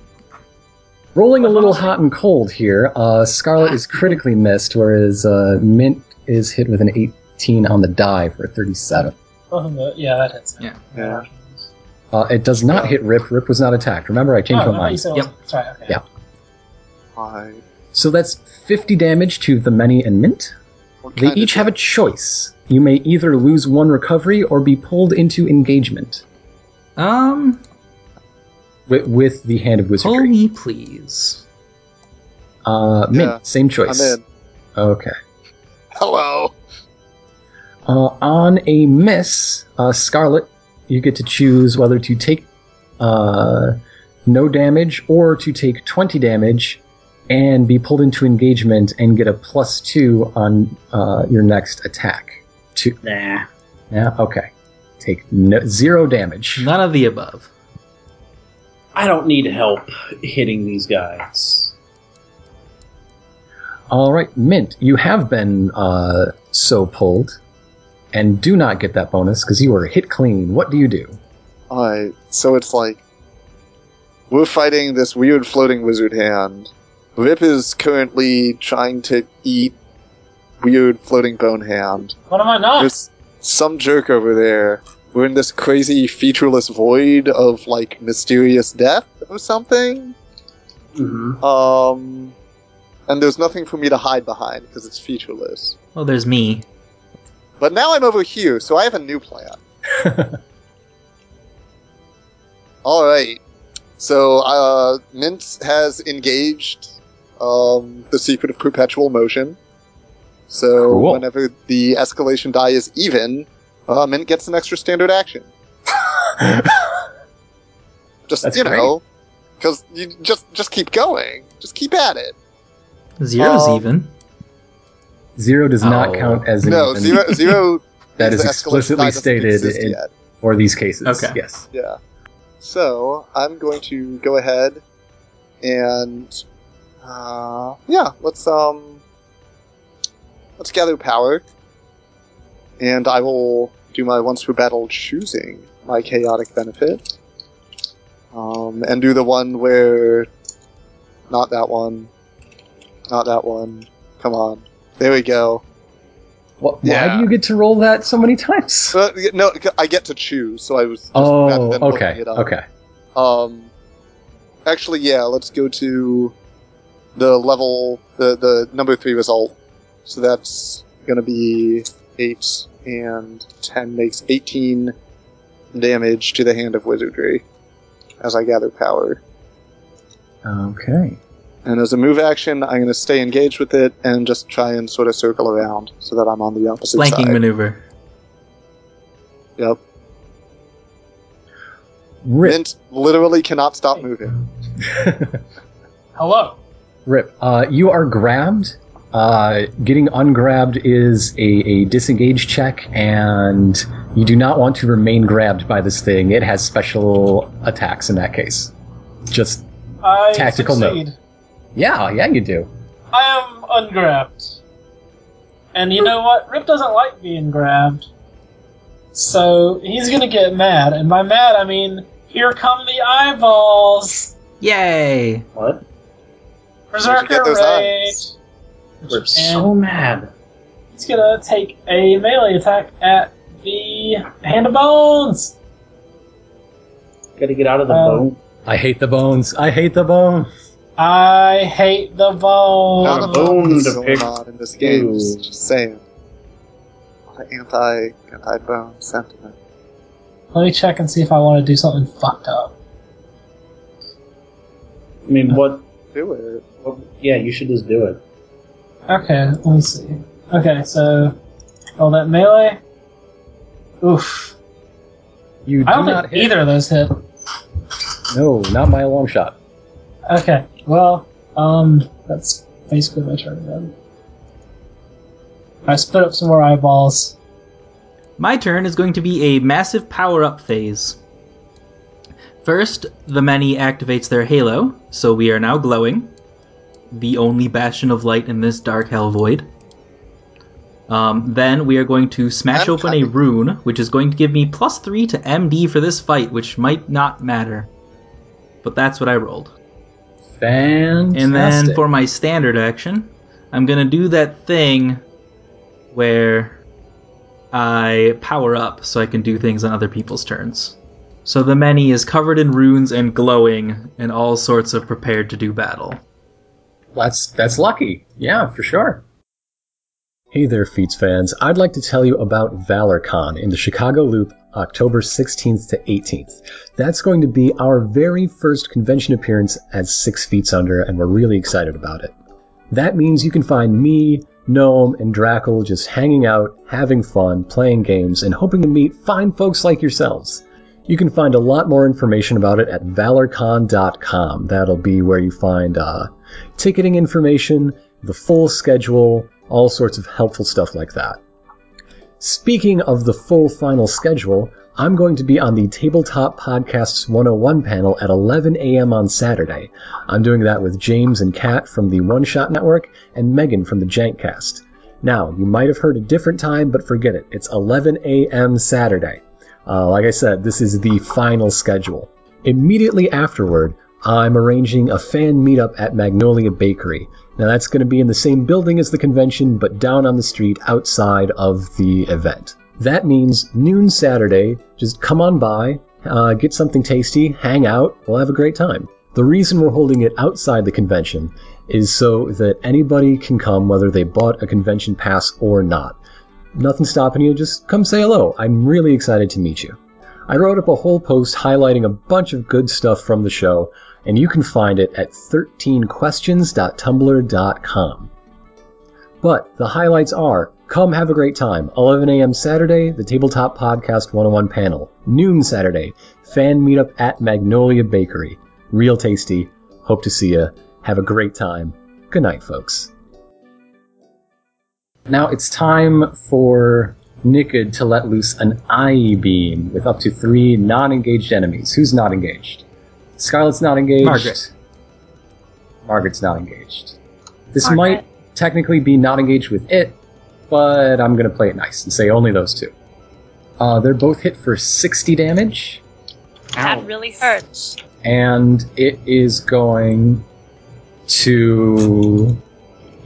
A: rolling a little hot and cold here. Uh, Scarlet is critically missed, whereas uh, Mint is hit with an 18 on the die for a 37.
D: Both of them- yeah, that hits.
B: Yeah.
C: Yeah.
A: Uh, it does not hit Rip. Rip was not attacked. Remember, I changed
D: Oh,
A: my
D: I thought
A: mind.
D: you said it was- Sorry, okay.
A: Yeah.
C: Hi.
A: So that's 50 damage to the many and Mint.
C: What
A: They
C: kind
A: each
C: of
A: have a
C: damage?
A: choice. You may either lose one recovery or be pulled into engagement
B: Um,
A: with, with the Hand of
B: pull
A: Wizardry.
B: me, please.
A: Uh, Mint,
C: Yeah.
A: same choice.
C: I'm in.
A: Okay.
C: Hello.
A: Uh, on a miss, uh, Scarlet, you get to choose whether to take uh, no damage or to take 20 damage and be pulled into engagement and get a plus two on uh, your next attack. Two.
F: Nah.
A: Yeah, okay. Take no, zero damage.
B: None of the above.
F: I don't need help hitting these guys.
A: All right, Mint, you have been uh, so pulled and do not get that bonus because you were hit clean. What do you do?
C: Alright, so it's like we're fighting this weird floating wizard hand. Rip is currently trying to eat weird floating bone hand.
D: What am I not?
C: There's some jerk over there. We're in this crazy featureless void of like mysterious death or something.
F: Mm-hmm.
C: Um, and there's nothing for me to hide behind because it's featureless.
B: Well, there's me.
C: But now I'm over here, so I have a new plan. All right. So uh, Mint has engaged um, the secret of perpetual motion. So
A: Cool.
C: whenever the escalation die is even, Uh, Mint gets an extra standard action. Just
A: That's
C: you
A: great.
C: know, because you just just keep going, just keep at it.
B: Zero's
C: Um,
B: even.
A: Zero does not
B: Oh.
A: count as an
C: No,
A: even
C: zero zero.
A: That is
C: the escalation die
A: explicitly
C: doesn't
A: stated
C: exist
A: in-
C: yet.
A: for these cases.
B: Okay.
A: Yes.
C: Yeah. So I'm going to go ahead and uh, yeah, let's um let's gather power, and I will do my once per battle choosing my chaotic benefit, um, and do the one where not that one, not that one. Come on, there we go.
A: Wh- Why
C: Yeah.
A: do you get to roll that so many times?
C: Uh, no, I get to choose, so I was just rather
A: oh,
C: than looking
A: okay.
C: it up.
A: Okay.
C: Um, actually, yeah. Let's go to the level. The the number three result. So that's gonna be eight and ten makes eighteen damage to the hand of wizardry as I gather power.
A: Okay.
C: And as a move action, I'm gonna stay engaged with it and just try and sort of circle around so that I'm on the opposite
B: Flanking
C: side.
B: maneuver.
C: Yep.
A: Rip.
C: Mint literally cannot stop moving.
D: Hello.
A: Rip. Uh, you are grabbed. Uh, getting ungrabbed is a, a disengage check, and you do not want to remain grabbed by this thing. It has special attacks in that case. Just
D: I
A: Tactical
D: succeed.
A: yeah, yeah, you do.
D: I am ungrabbed. And you know what? Rip doesn't like being grabbed. So he's gonna get mad, and by mad I mean here come the eyeballs.
B: Yay!
F: What?
C: Where'd you get
D: Berserker
C: those
D: rage.
C: eyes?
F: We're so mad.
D: He's gonna take a melee attack at the hand of bones.
F: Gotta get out of the
D: Um,
F: bone.
A: I hate the bones. I hate the bone.
D: I hate the
C: Not a
D: bones.
F: Not bone
C: bone
F: to pick.
C: not in this game.
F: Ooh.
C: Just, just saying. What an anti anti bone sentiment.
D: Let me check and see if I want to do something fucked up.
F: I mean, what,
C: Do it.
F: what? Yeah, you should just do it.
D: Okay, let me see. Okay, so roll that melee. Oof.
A: You do
D: I don't
A: not
D: think
A: hit.
D: either of those hit.
A: No, not my long shot.
D: Okay, well, um, that's basically my turn then. I split up some more eyeballs.
B: My turn is going to be a massive power up phase. First, the many activates their halo, so we are now glowing. The only bastion of light in this dark hell void. Um, then we are going to smash
C: I'm
B: open
C: happy.
B: a rune, which is going to give me plus three to MD for this fight, which might not matter. But that's what I rolled.
A: Fantastic.
B: And then for my standard action, I'm gonna do that thing where I power up so I can do things on other people's turns. So the many is covered in runes and glowing and all sorts of prepared to do battle.
A: That's that's lucky. Yeah, for sure. Hey there, Feats fans. I'd like to tell you about ValorCon in the Chicago Loop, October 16th to 18th. That's going to be our very first convention appearance as Six Feats Under, and we're really excited about it. That means you can find me, Gnome, and Drackle just hanging out, having fun, playing games, and hoping to meet fine folks like yourselves. You can find a lot more information about it at valorcon.com. That'll be where you find uh, ticketing information, the full schedule, all sorts of helpful stuff like that. Speaking of the full final schedule, I'm going to be on the Tabletop Podcasts 101 panel at 11 a.m. on Saturday. I'm doing that with James and Kat from the One Shot Network and Megan from the Jankcast. Now, you might have heard a different time, but forget it. It's 11 a.m. Saturday. Uh, like I said, this is the final schedule. Immediately afterward, I'm arranging a fan meetup at Magnolia Bakery. Now, that's going to be in the same building as the convention, but down on the street outside of the event. That means noon Saturday, just come on by, uh, get something tasty, hang out, we'll have a great time. The reason we're holding it outside the convention is so that anybody can come, whether they bought a convention pass or not. Nothing stopping you, just come say hello. I'm really excited to meet you. I wrote up a whole post highlighting a bunch of good stuff from the show, and you can find it at 13questions.tumblr.com. But the highlights are Come have a great time. 11 a.m. Saturday, the Tabletop Podcast 101 panel. Noon Saturday, fan meetup at Magnolia Bakery. Real tasty. Hope to see you. Have a great time. Good night, folks. Now it's time for Nikid to let loose an IE beam with up to three non engaged enemies. Who's not engaged? Scarlet's not engaged.
B: Margaret.
A: Margaret's not engaged. This
G: Margaret.
A: might technically be not engaged with it, but I'm going to play it nice and say only those two. Uh, they're both hit for 60 damage,
G: That really hurts.
A: and it is going to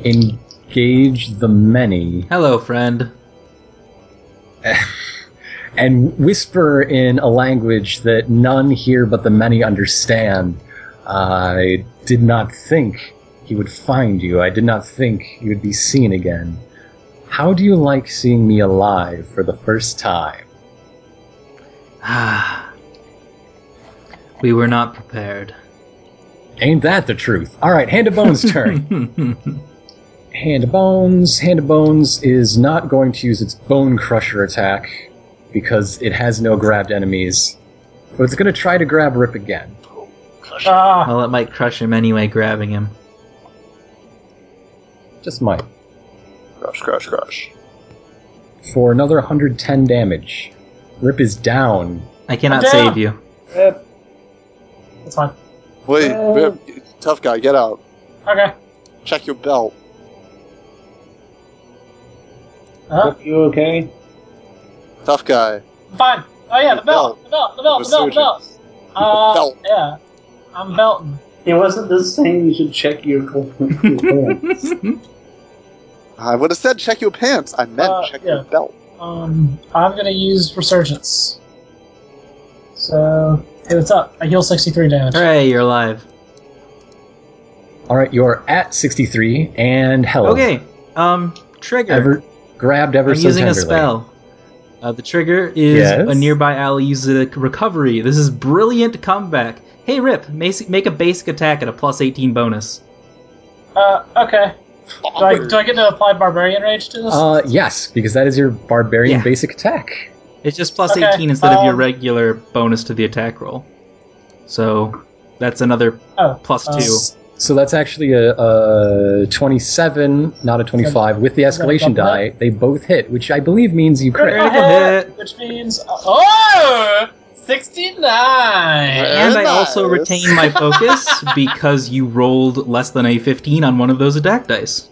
A: engage the many
B: Hello, friend.
A: and whisper in a language that none here but the many understand. I did not think he would find you. I did not think you would be seen again. How do you like seeing me alive for the first time?
B: Ah. We were not prepared.
A: Ain't that the truth? All right, Hand of Bones' turn. Hand of Bones. Hand of Bones is not going to use its Bone Crusher attack because it has no grabbed enemies. But it's going to try to grab Rip again.
D: Ah,
B: well, it might crush him anyway, grabbing him.
A: Just might.
C: Crush, crush, crush.
A: for another 110 damage. Rip is down.
B: I cannot
D: Damn.
B: save you.
D: Rip. That's fine.
C: Wait,
D: Uh,
C: Rip, tough guy, get out.
D: Okay.
C: Check your belt.
D: Uh,
F: You okay?
C: Tough guy.
D: fine. Oh yeah, the belt. The belt.
C: I'm a
D: The belt. The belt. The
C: surgeon.
D: belt. Uh,
C: Belt.
D: yeah. I'm belting.
F: It wasn't the same. You should check your. your
C: I would have said check your pants. I meant
D: Uh,
C: check
D: yeah.
C: your belt.
D: Um, I'm gonna use Resurgence. So, hey, what's up? I heal 63 damage.
B: Hooray, you're alive.
A: All right, you're at 63 and hello.
B: Okay. Um, trigger.
A: Oh. Ever grabbed ever
B: I'm
A: so
B: using
A: tenderly.
B: a spell. Uh, the trigger is
A: Yes?
B: a nearby ally uses a recovery. This is brilliant comeback. Hey Rip, mas- make a basic attack at a plus 18 bonus.
D: Uh, okay. Do I, do I get to apply Barbarian Rage to this?
A: Uh, yes, because that is your barbarian
B: Yeah.
A: basic attack.
B: It's just plus
D: Okay,
B: 18 instead of your
D: um,
B: regular bonus to the attack roll. So that's another
D: oh.
B: plus
D: uh,
B: two.
A: So that's actually a, a 27, not a 25. With the escalation
D: Is that double
A: die, they both hit, which I believe means you crit.
B: Critical
D: Critical hit,
B: hit.
D: Which means. Oh! 69!
B: And I
C: Nice.
B: also retain my focus because you rolled less than a 15 on one of those attack dice.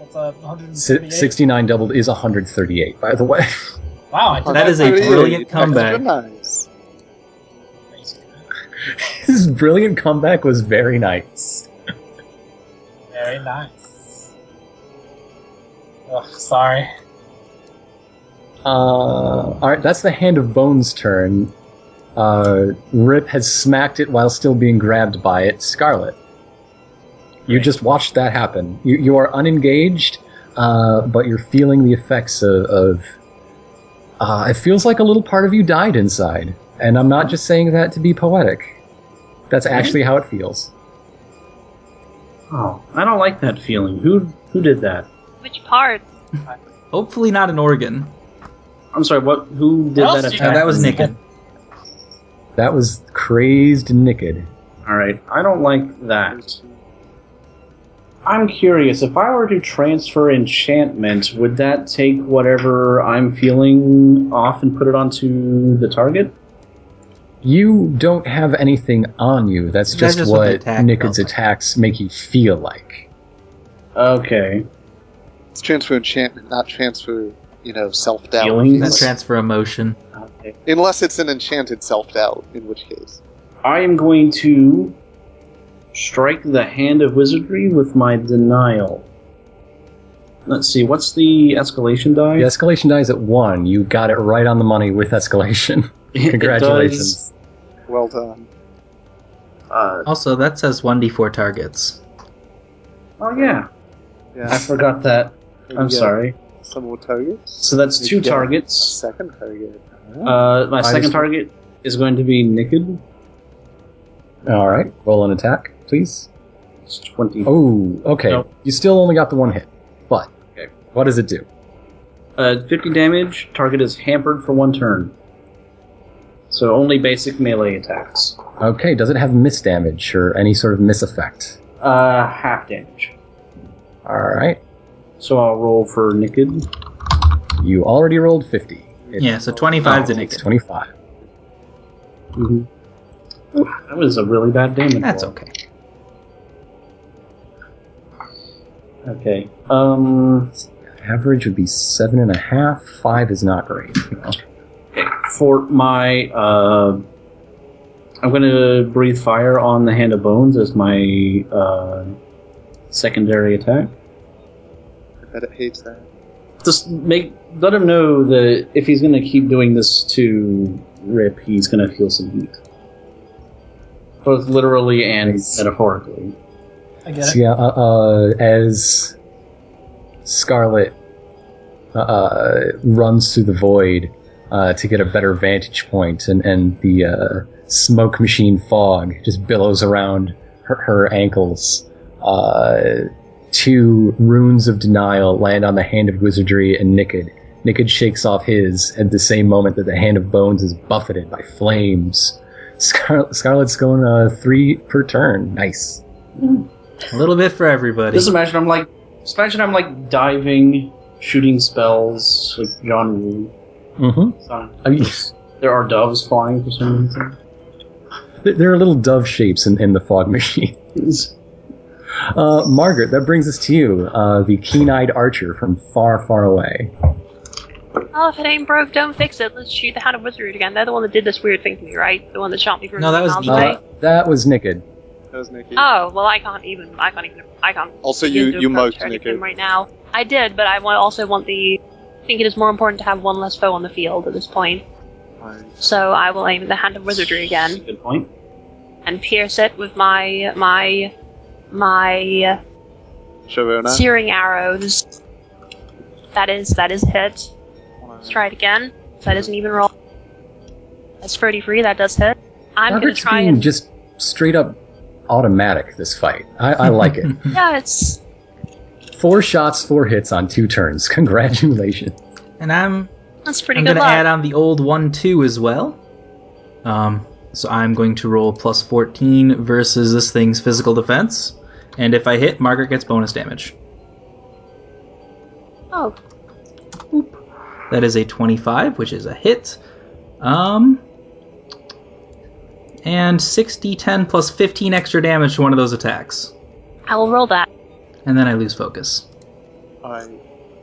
D: That's a 138.
A: Si- 69 doubled is 138, by the way.
D: Wow, I did
B: That is a
C: 138.
B: brilliant
C: Extra
B: comeback.
C: nice.
D: amazing.
A: this brilliant comeback was very nice.
D: Very nice. Ugh, sorry.
A: Uh, all right, that's the Hand of Bones turn. Uh, Rip has smacked it while still being grabbed by it. Scarlet, you just watched that happen. You, you are unengaged, uh, but you're feeling the effects of. of uh, it feels like a little part of you died inside, and I'm not just saying that to be poetic. That's actually how it feels.
F: oh, I don't like that feeling. Who who did that?
G: Which part?
B: Hopefully not an organ.
F: I'm sorry. What? Who did
D: What else
F: that?
D: do you
B: Uh,
F: attack?
B: that was Nikon.
A: That was crazed naked.
F: All right. I don't like that. I'm curious. If I were to transfer enchantment, would that take whatever I'm feeling off and put it onto the target?
A: You don't have anything on you. That's
B: That's
A: just,
B: just what the
A: what,
B: attack
A: Nickid's
B: felt like.
A: attacks make you feel like.
F: Okay.
C: It's transfer enchantment, not transfer, you know, self doubt.
F: Feelings?
B: That transfer emotion.
F: okay.
C: Unless it's an enchanted self doubt, in which case.
F: I am going to strike the hand of wizardry with my denial. Let's see. What's the escalation die?
A: The escalation dies at one. You got it right on the money with escalation.
F: It does,
A: Congratulations.
C: Well done.
F: uh,
B: Also, that says 1d4 targets.
F: oh yeah, I
C: Yeah.
F: forgot that.
C: Maybe
F: I'm
C: get
F: sorry.
C: Some more targets.
F: So that's
C: Maybe
F: two
C: get A
F: targets.
C: second target.
F: Uh, my
A: I
F: second
A: just-
F: target is going to be naked.
A: All right, roll an attack, please.
F: It's twenty.
A: Oh, okay.
F: Nope.
A: You still only got the one hit, but
F: Okay.
A: What does it do?
F: Uh, 50 damage. Target is hampered for one turn. So only basic melee attacks.
A: Okay, does it have miss damage or any sort of miss effect?
F: Uh, half damage.
A: All right,
F: So I'll roll for naked.
A: you already rolled 50. It-
B: Yeah, so 25 to
A: Oh,
B: naked.
A: 25.
F: Mm-hmm. That was a really bad damage.
B: That's
F: roll.
B: okay.
F: Okay. Um,
A: Average would be seven and a half. Five is not great. you know.
F: for my, uh, I'm gonna breathe fire on the hand of bones as my uh, secondary attack.
C: I bet it hates that.
F: Just make let him know that if he's gonna keep doing this to Rip, he's gonna feel some heat, both literally and
A: Nice.
F: metaphorically.
D: I get
A: So
D: it.
A: yeah, uh, uh, as Scarlet uh, uh, runs through the void uh, to get a better vantage point, and and the uh, smoke machine fog just billows around her, her ankles. Uh, two runes of denial land on the hand of wizardry and Nikid. Nikid shakes off his at the same moment that the hand of bones is buffeted by flames. Scar- Scarlet's going uh, three per turn. Nice.
B: A little bit for everybody.
F: Just imagine I'm like, just imagine I'm like diving, shooting spells like John Woo.
A: Mm-hmm.
F: Son.
A: I mean,
F: There are doves flying for some reason.
A: th- there are little dove shapes in, in the fog machine. Uh, Margaret, that brings us to you, uh, the keen eyed archer from far, far away.
G: Oh, if it ain't broke, don't fix it. Let's shoot the Hound of Wizard again. They're the one that did this weird thing to me, right? The one that shot me from
B: No, that was
G: miles
B: me.
G: away.
A: Uh, that was Nicked.
C: That was Nikki.
G: Oh well, I can't even. I can't even. I can't.
C: Also,
G: begin
C: you-
G: to
C: you
G: approach
C: moped,
G: her
C: Nico.
G: again right now. I did, but I wa- also want the. I think it is more important to have one less foe on the field at this point. So I will aim at the hand of wizardry again
F: Good point.
G: and pierce it with my my my
C: Sharona.
G: searing arrows. That is that is hit. Let's try it again. That doesn't even roll. That's 33. That does hit. I'm
A: Margaret's
G: gonna try
A: being
G: and
A: just straight up automatic this fight. I, I like it.
G: yeah, it's
A: Four shots, four hits on two turns. Congratulations.
B: and I'm
G: that's pretty
B: I'm
G: good
B: gonna
G: luck.
B: add on the old one too as well. Um, so I'm going to roll plus 14 versus this thing's physical defense, and if I hit, Margaret gets bonus damage.
G: oh,
B: That is a 25, which is a hit. Um, and 60, 10 plus 15 extra damage to one of those attacks,
G: I will roll that.
B: and then I lose focus.
C: I.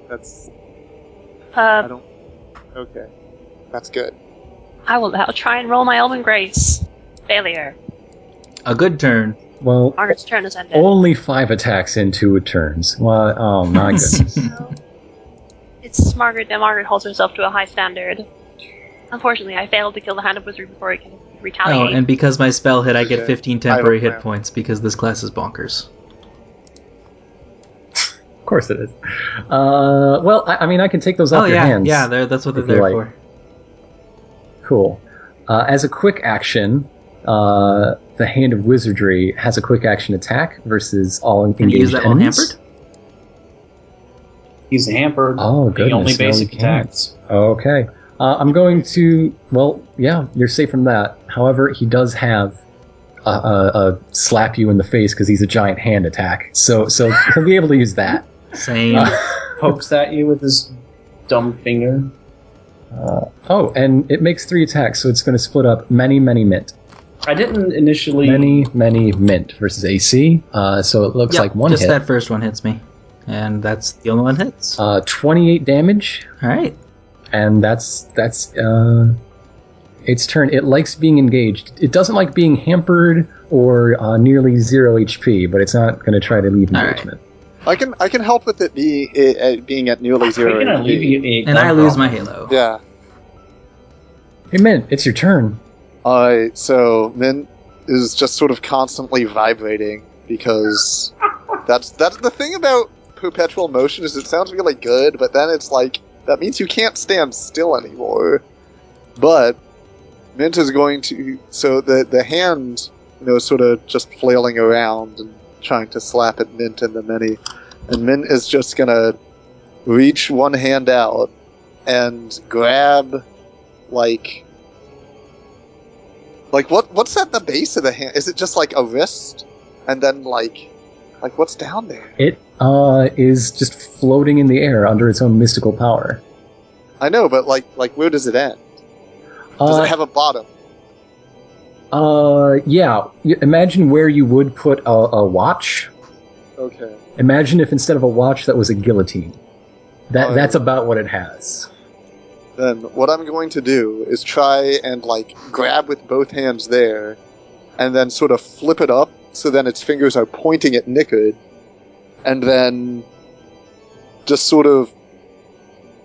C: That's. I
G: Uh,
C: don't. Okay. That's good.
G: I will I'll try and roll my Elven Grace. Failure.
B: A good turn.
A: Well,
G: Margaret's turn has ended.
A: only five attacks in two turns. Well, oh, my goodness.
G: So, it's Margaret, and Margaret holds herself to a high standard. Unfortunately, I failed to kill the Hand of Wizard before it can
B: Oh,
G: retaliate.
B: and because my spell hit, I get
C: Okay.
B: 15 temporary
C: I
B: hit
C: will-
B: points because this class is bonkers.
A: of course it is. Uh, well, I, I mean, I can take those off
B: oh
A: your
B: yeah,
A: hands.
B: yeah, they're- that's what they're
A: if you
B: there
A: like.
B: for.
A: Cool. Uh, as a quick action, uh, the Hand of Wizardry has a quick action attack versus all engaged
B: Can you use that while
A: enemies.
B: hampered?
F: He's hampered.
A: Oh, goodness.
F: the only
A: no,
F: basic
A: you can't.
F: attacks.
A: Okay. Uh, I'm going to. Well, yeah, you're safe from that. However, he does have a, a, a slap you in the face because he's a giant hand attack. So, so he'll be able to use that.
B: Same.
A: Uh,
F: Pokes at you with his dumb finger.
A: Uh, oh, and it makes three attacks, so it's going to split up many, many mint.
F: I didn't initially.
A: Many, many mint versus AC. Uh, so it looks
B: Yep,
A: like one
B: just
A: hit.
B: that first one hits me, and that's the only one hits.
A: Uh, 28 damage,
B: All right.
A: and that's that's uh, its turn. It likes being engaged. It doesn't like being hampered or uh, nearly zero HP, but it's not going to try to leave
B: All right.
A: engagement.
C: I can I can help with it be it, it being at nearly
F: You're
C: zero.
F: gonna
C: HP.
F: alleviate
B: And
F: that
B: I lose my
F: problem.
B: halo.
C: Yeah.
A: Hey, Mint, it's your turn.
C: I so Mint is just sort of constantly vibrating because that's that's the thing about perpetual motion is it sounds really good, but then it's like that means you can't stand still anymore. But Mint is going to so the the hand you know sort of just flailing around and trying to slap at Mint and the many, and Mint is just gonna reach one hand out and grab like like what what's at the base of the hand? Is it just like a wrist and then like like what's down there?
A: It uh, is just floating in the air under its own mystical power.
C: I know, but like like where does it end? Does
A: Uh,
C: it have a bottom?
A: uh, yeah. Y- Imagine where you would put a, a watch.
C: Okay.
A: Imagine if instead of a watch that was a guillotine. That
C: Oh.
A: that's about what it has.
C: Then what I'm going to do is try and like grab with both hands there, and then sort of flip it up so then its fingers are pointing at Nickard, and then just sort of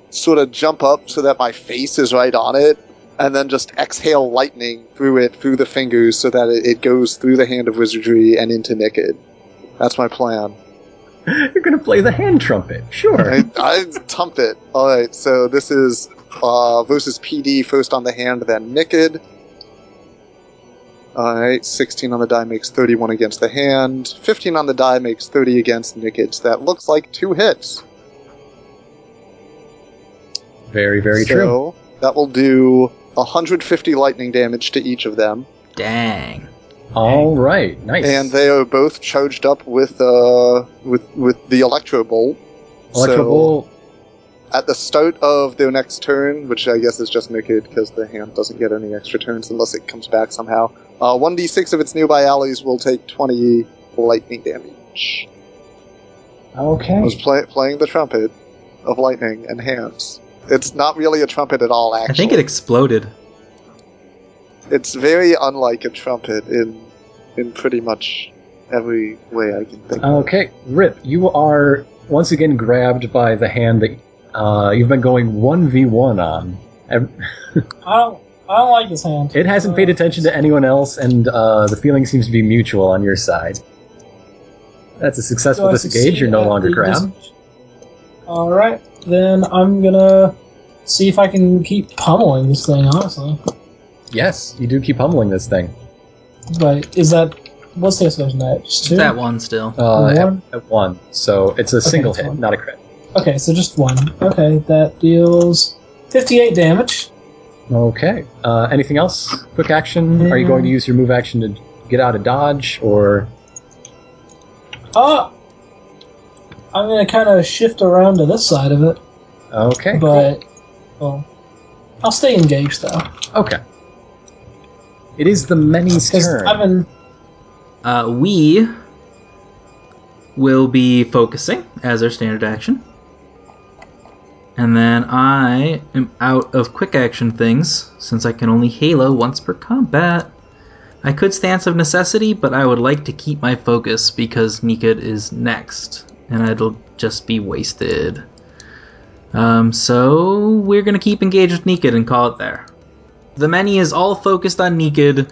C: sort of jump up so that my face is right on it, and then just exhale lightning through it through the fingers so that it, it goes through the hand of wizardry and into Nickard. That's my plan.
A: You're gonna play the hand trumpet, sure.
C: I, I tumped it. All right, so this is uh, versus PD first on the hand, then Nicked. All right, 16 on the die makes 31 against the hand. 15 on the die makes 30 against Nicked. That looks like two hits.
A: Very very
C: so
A: true.
C: That will do 150 lightning damage to each of them,
B: Dang.
A: All right, nice.
C: and they are both charged up with uh with with the electro bolt.
A: Electro Bolt.
C: at the start of their next turn, which I guess is just naked because the hand doesn't get any extra turns unless it comes back somehow. Uh, 1d6 of its nearby allies will take 20 lightning damage. I was
A: Okay.
C: play- playing the trumpet of lightning and hands. It's not really a trumpet at all, actually.
B: I think it exploded.
C: it's very unlike a trumpet in in pretty much every way I can think. of.
A: Okay, Rip, you are once again grabbed by the hand that uh, you've been going one v one on. Ev-
D: I don't. I don't like this hand.
A: It hasn't
D: Uh,
A: paid attention to anyone else, and uh, the feeling seems to be mutual on your side. That's a
D: do
A: successful
D: I
A: disengage.
D: succeed
A: You're no
D: at
A: longer
D: the
A: grabbed.
D: disengage? All right, then I'm gonna see if I can keep pummeling this thing. Honestly,
A: Yes, you do keep humbling this thing.
D: but is that what's the explosion at? Just two?
B: That one still.
A: Uh, at-
D: One?
A: At, one, so it's a single
D: it's
A: hit,
D: one.
A: not a crit.
D: Okay, so just one. Okay, that deals 58 damage.
A: Okay. Uh, anything else? Quick action? Are you going to use your move action to get out of dodge, or
D: Oh! I'm gonna kind of shift around to this side of it,
A: okay?
D: but. Well, I'll stay engaged though.
A: Okay. It is the many's
D: Because
A: turn.
D: I've been.
B: Uh, we will be focusing as our standard action. And then I am out of quick action things since I can only halo once per combat. I could stance of necessity, but I would like to keep my focus because Nikid is next, and it'll just be wasted. Um, so we're gonna keep engaged with Nikid and call it there. The many is all focused on Nikid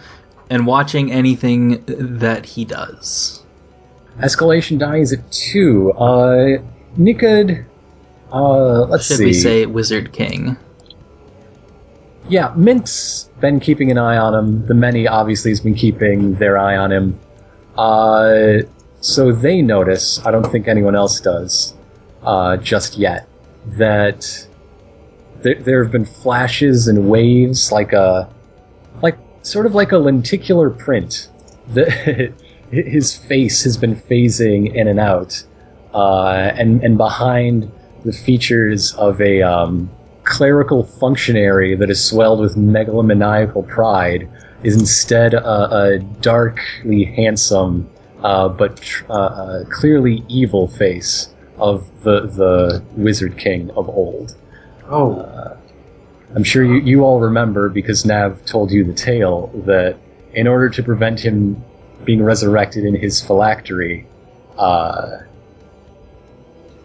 B: and watching anything that he does.
A: Escalation die is at two. Uh, Nikod. Uh, let's
B: Should
A: see.
B: we say Wizard King?
A: Yeah, Mint's been keeping an eye on him. The many obviously has been keeping their eye on him. Uh, so they notice, I don't think anyone else does uh, just yet, that there, there have been flashes and waves like a. like sort of like a lenticular print. The, his face has been phasing in and out. Uh, and, and behind the features of a. Um, clerical functionary that is swelled with megalomaniacal pride is instead a, a darkly handsome uh, but tr- uh, uh, clearly evil face of the the wizard king of old. Uh,
F: Oh,
A: I'm sure you, you all remember because Nav told you the tale that in order to prevent him being resurrected in his phylactery, uh,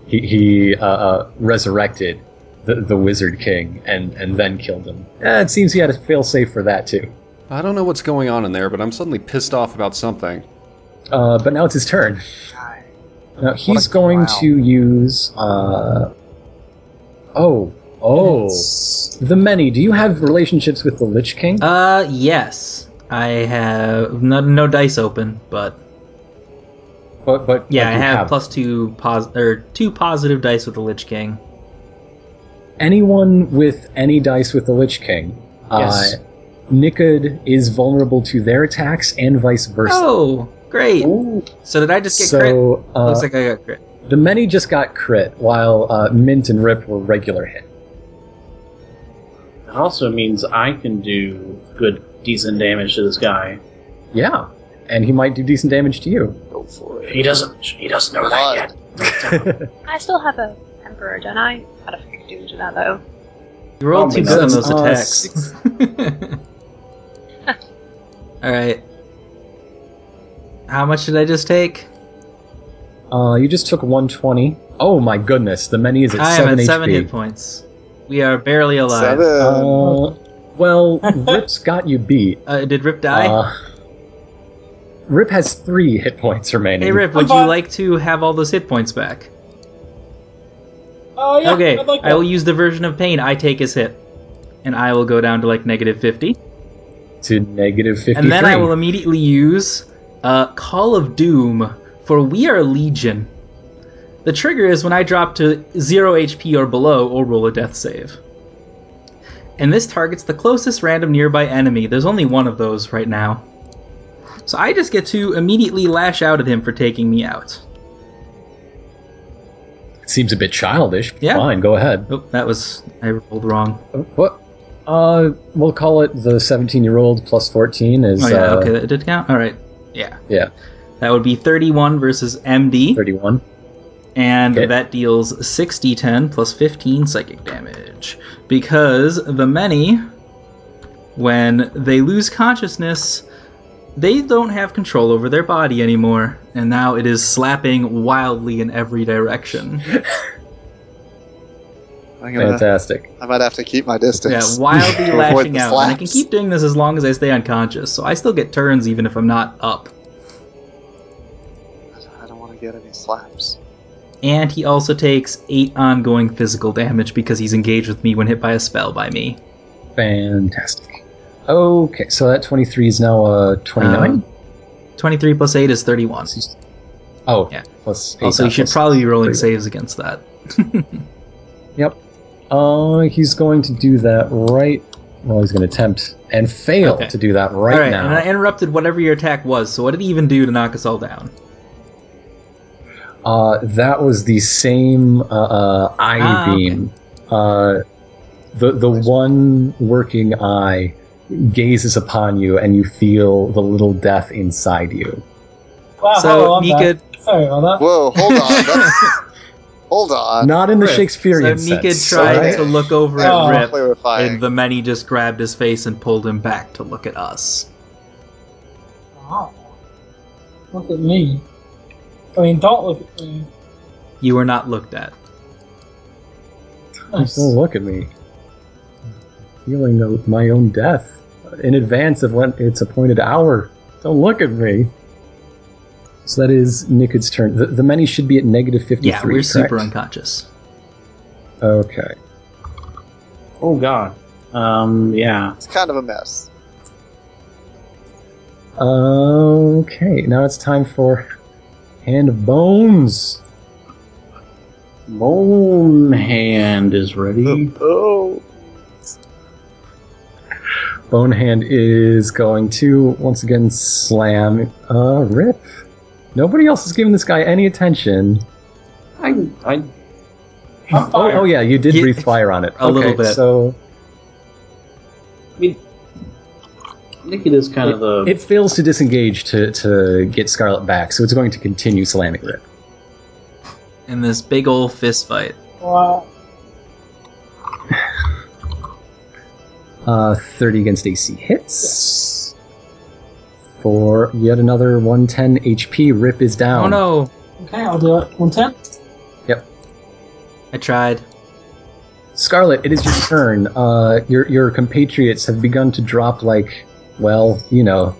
A: he, he uh, uh, resurrected the, the Wizard King and, and then killed him. Eh, it seems he had a failsafe for that too.
E: I don't know what's going on in there, but I'm suddenly pissed off about something.
A: Uh, but now it's his turn. Now he's
C: a
A: going
C: clown.
A: to use. Uh, oh, oh.
D: It's-
A: The many. Do you have relationships with the Lich King?
B: Uh, yes. I have no, no dice open, but
A: but but
B: yeah,
A: but
B: I
A: you
B: have, plus two pos- or two positive dice with the Lich King.
A: anyone with any dice with the Lich King,
F: Yes.
A: uh, Nikod is vulnerable to their attacks and vice versa.
B: Oh, great. So did I just get crit?
A: so uh,
B: Looks like I got crit.
A: the many just got crit, while uh, Mint and Rip were regular hit.
F: It also means I can do good, decent damage to this guy.
A: Yeah, and he might do decent damage to you.
C: Go for it.
F: He doesn't. He doesn't know that yet.
G: I still have a Emperor, don't I? I don't think I do much of that though.
B: You rolled too
F: Probably
B: good on
A: not.
B: those
A: Uh,
B: attacks. All right. How much did I just take?
A: Uh, you just took 120. Oh my goodness, the many is at
B: I am
A: seven
B: at
A: HP.
B: seven hit points. We are barely alive.
C: Seven.
A: Uh, well, Rip's got you beat.
B: Uh, did Rip die?
A: Uh, Rip has three hit points remaining.
B: hey Rip, would
D: I'm
B: you
D: fine.
B: like to have all those hit points back?
D: Oh yeah,
B: okay,
D: I'd like
B: I
D: that.
B: will use the version of pain I take his hit, and I will go down to like negative fifty.
A: to negative 53.
B: And then I will immediately use uh, Call of Doom, for we are Legion. The trigger is when I drop to 0 HP or below or roll a death save. And this targets the closest random nearby enemy. There's only one of those right now. So I just get to immediately lash out at him for taking me out.
A: Seems a bit childish.
B: Yeah.
A: Fine, go ahead.
B: Oh, that was. I rolled wrong.
A: What? Uh, we'll call it the 17 year old plus 14 is
B: Oh, yeah,
A: uh,
B: okay, that did count? Alright. Yeah.
A: Yeah.
B: That would be 31 versus MD.
A: 31.
B: And
A: Okay.
B: that deals 6d10 plus 15 psychic damage. Because the many, when they lose consciousness, they don't have control over their body anymore. And now it is slapping wildly in every direction.
C: I'm gonna-
A: Fantastic.
C: I might have to keep my
B: Yeah,
C: distance.
B: wildly
C: To avoid
B: lashing
C: the
B: out. And I can
C: slaps.
B: keep doing this as long as I stay unconscious. So I still get turns even if I'm not up.
C: I don't want to get any slaps.
B: And he also takes 8 ongoing physical damage because he's engaged with me when hit by a spell by me.
A: Fantastic. Okay, so that 23 is now uh, 29?
B: Um, 23 plus 8 is 31.
A: oh,
B: yeah.
A: Plus eight,
B: Also, you
A: not
B: should
A: plus-
B: probably be rolling
A: pretty
B: saves against that.
A: Yep. Uh, he's going to do that right. Well, he's going to attempt and fail
B: Okay.
A: to do that right,
B: all right,
A: now.
B: and I interrupted whatever your attack was. So, what did he even do to knock us all down?
A: Uh, that was the same uh, uh, eye
B: Ah, okay.
A: beam. Uh, the the one working eye gazes upon you, and you feel the little death inside you.
D: Wow, Oh, hello,
B: so,
D: I'm
B: Nika,
D: back. Sorry about that.
C: Whoa, hold on. That's, hold on.
A: Not in the
B: Rip. Uh, so
A: Shakespearean
B: Nika
A: sense.
B: tried
A: alright?
B: to look over
D: Yeah,
B: at
D: we're
B: Rip,
C: clarifying.
B: and the many just grabbed his face and pulled him back to look at us.
D: Wow. Look at me. I mean, don't look at me.
B: You were not looked at.
A: Just Don't look at me. Feeling the, my own death in advance of when its appointed hour. Don't look at me. So that is Nikod's turn. The, the many should be at negative fifty-three.
B: Yeah, we're super
A: correct?
B: unconscious.
A: Okay.
F: Oh God. Um. Yeah.
C: It's kind of a mess.
A: Okay, now it's time for Hand of Bones.
F: Bone hand is ready.
C: Oh.
A: Bone Hand is going to once again slam uh rip. Nobody else is giving this guy any attention.
F: I. I.
D: I'm
A: Oh,
D: fine.
A: oh yeah, you did
B: Yeah.
A: breathe fire on it.
B: A little
A: Okay,
B: bit.
A: So
F: I mean, Nick, it is kind of the.
A: it fails to disengage to, to get Scarlet back, so it's going to continue slamming rip.
B: In this big old fist fight.
D: Wow.
A: Uh, 30 against AC hits. For yet another 110 HP, Rip is down.
B: Oh no!
D: Okay, I'll do it. One ten.
B: I tried.
A: Scarlet, it is your turn. Uh, your your compatriots have begun to drop like, well, you know.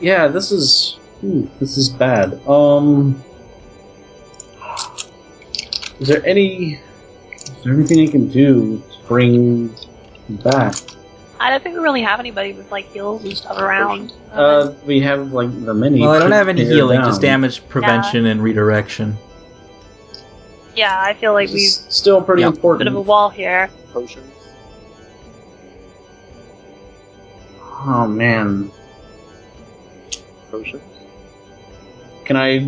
F: yeah. This is. hmm, this is bad. Um. Is there any? Is there anything I can do to bring him back?
G: I don't think we really have anybody with like heals and stuff around.
F: Uh, we have like the many.
B: Well, I don't have any
F: here
B: healing,
F: down.
B: just damage prevention and redirection.
G: yeah, I feel like
F: Which
G: we've
F: is still pretty
B: Yeah.
G: a bit
F: important.
G: of a wall here.
C: Potions.
F: oh man,
C: Potions.
F: can I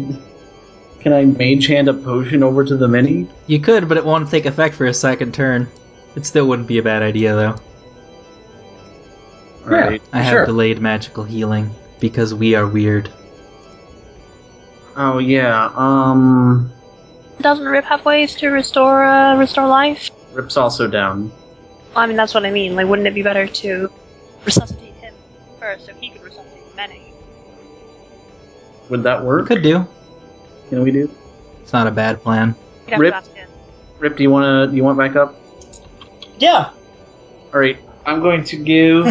F: can I mage hand a potion over to the mini?
B: You could, but it won't take effect for a second turn. It still wouldn't be a bad idea, though.
A: Yeah.
F: Right.
B: I have
A: Sure.
B: delayed magical healing because we are weird.
F: Oh yeah. Um,
G: Doesn't Rip have ways to restore uh, restore life?
F: Rip's also down.
G: Well, I mean, that's what I mean. Like, wouldn't it be better to resuscitate him first so he could resuscitate many?
F: Would that work?
B: Could do.
F: Can we do?
B: It's not a bad plan.
G: You'd have
F: Rip-
G: to ask him.
F: Rip, do you wanna do you want back up?
D: Yeah.
F: All right, I'm going to give.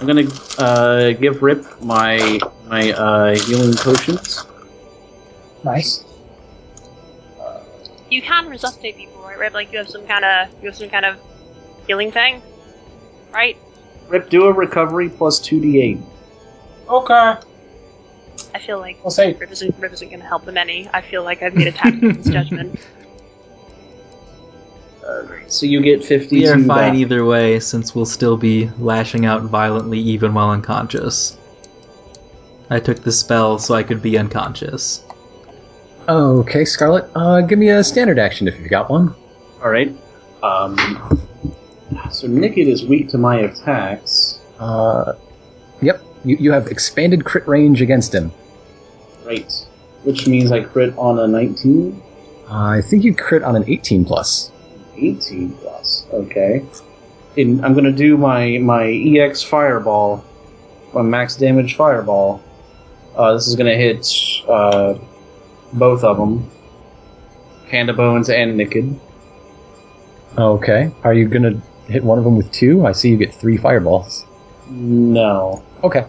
F: I'm gonna uh, give Rip my my uh, healing potions.
D: Nice.
G: You can resuscitate people, right, Rip? Like, you have some kind of you have some kind of healing thing, right?
F: Rip, do a recovery plus two d8.
D: Okay.
G: I feel like
D: I'll say
G: Rip isn't Rip isn't going to help them any. I feel like I've made a tactical misjudgment.
F: So you get 52
B: We are fine
F: back.
B: either way, since we'll still be lashing out violently even while unconscious. I took the spell so I could be unconscious.
A: Okay, Scarlet, uh, give me a standard action if you've got one.
F: All right. Um, so Nicket is weak to my attacks.
A: Uh, yep, you, you have expanded crit range against him.
F: Right. Which means I crit on a 19,
A: I think you crit on an 18 plus.
F: 18 plus. Okay. And I'm going to do my, my EX fireball, my max damage fireball. Uh, this is going to hit uh, both of them Panda Bones and Nicked.
A: Okay, are you gonna hit one of them with two? I see you get three fireballs.
F: No.
A: Okay,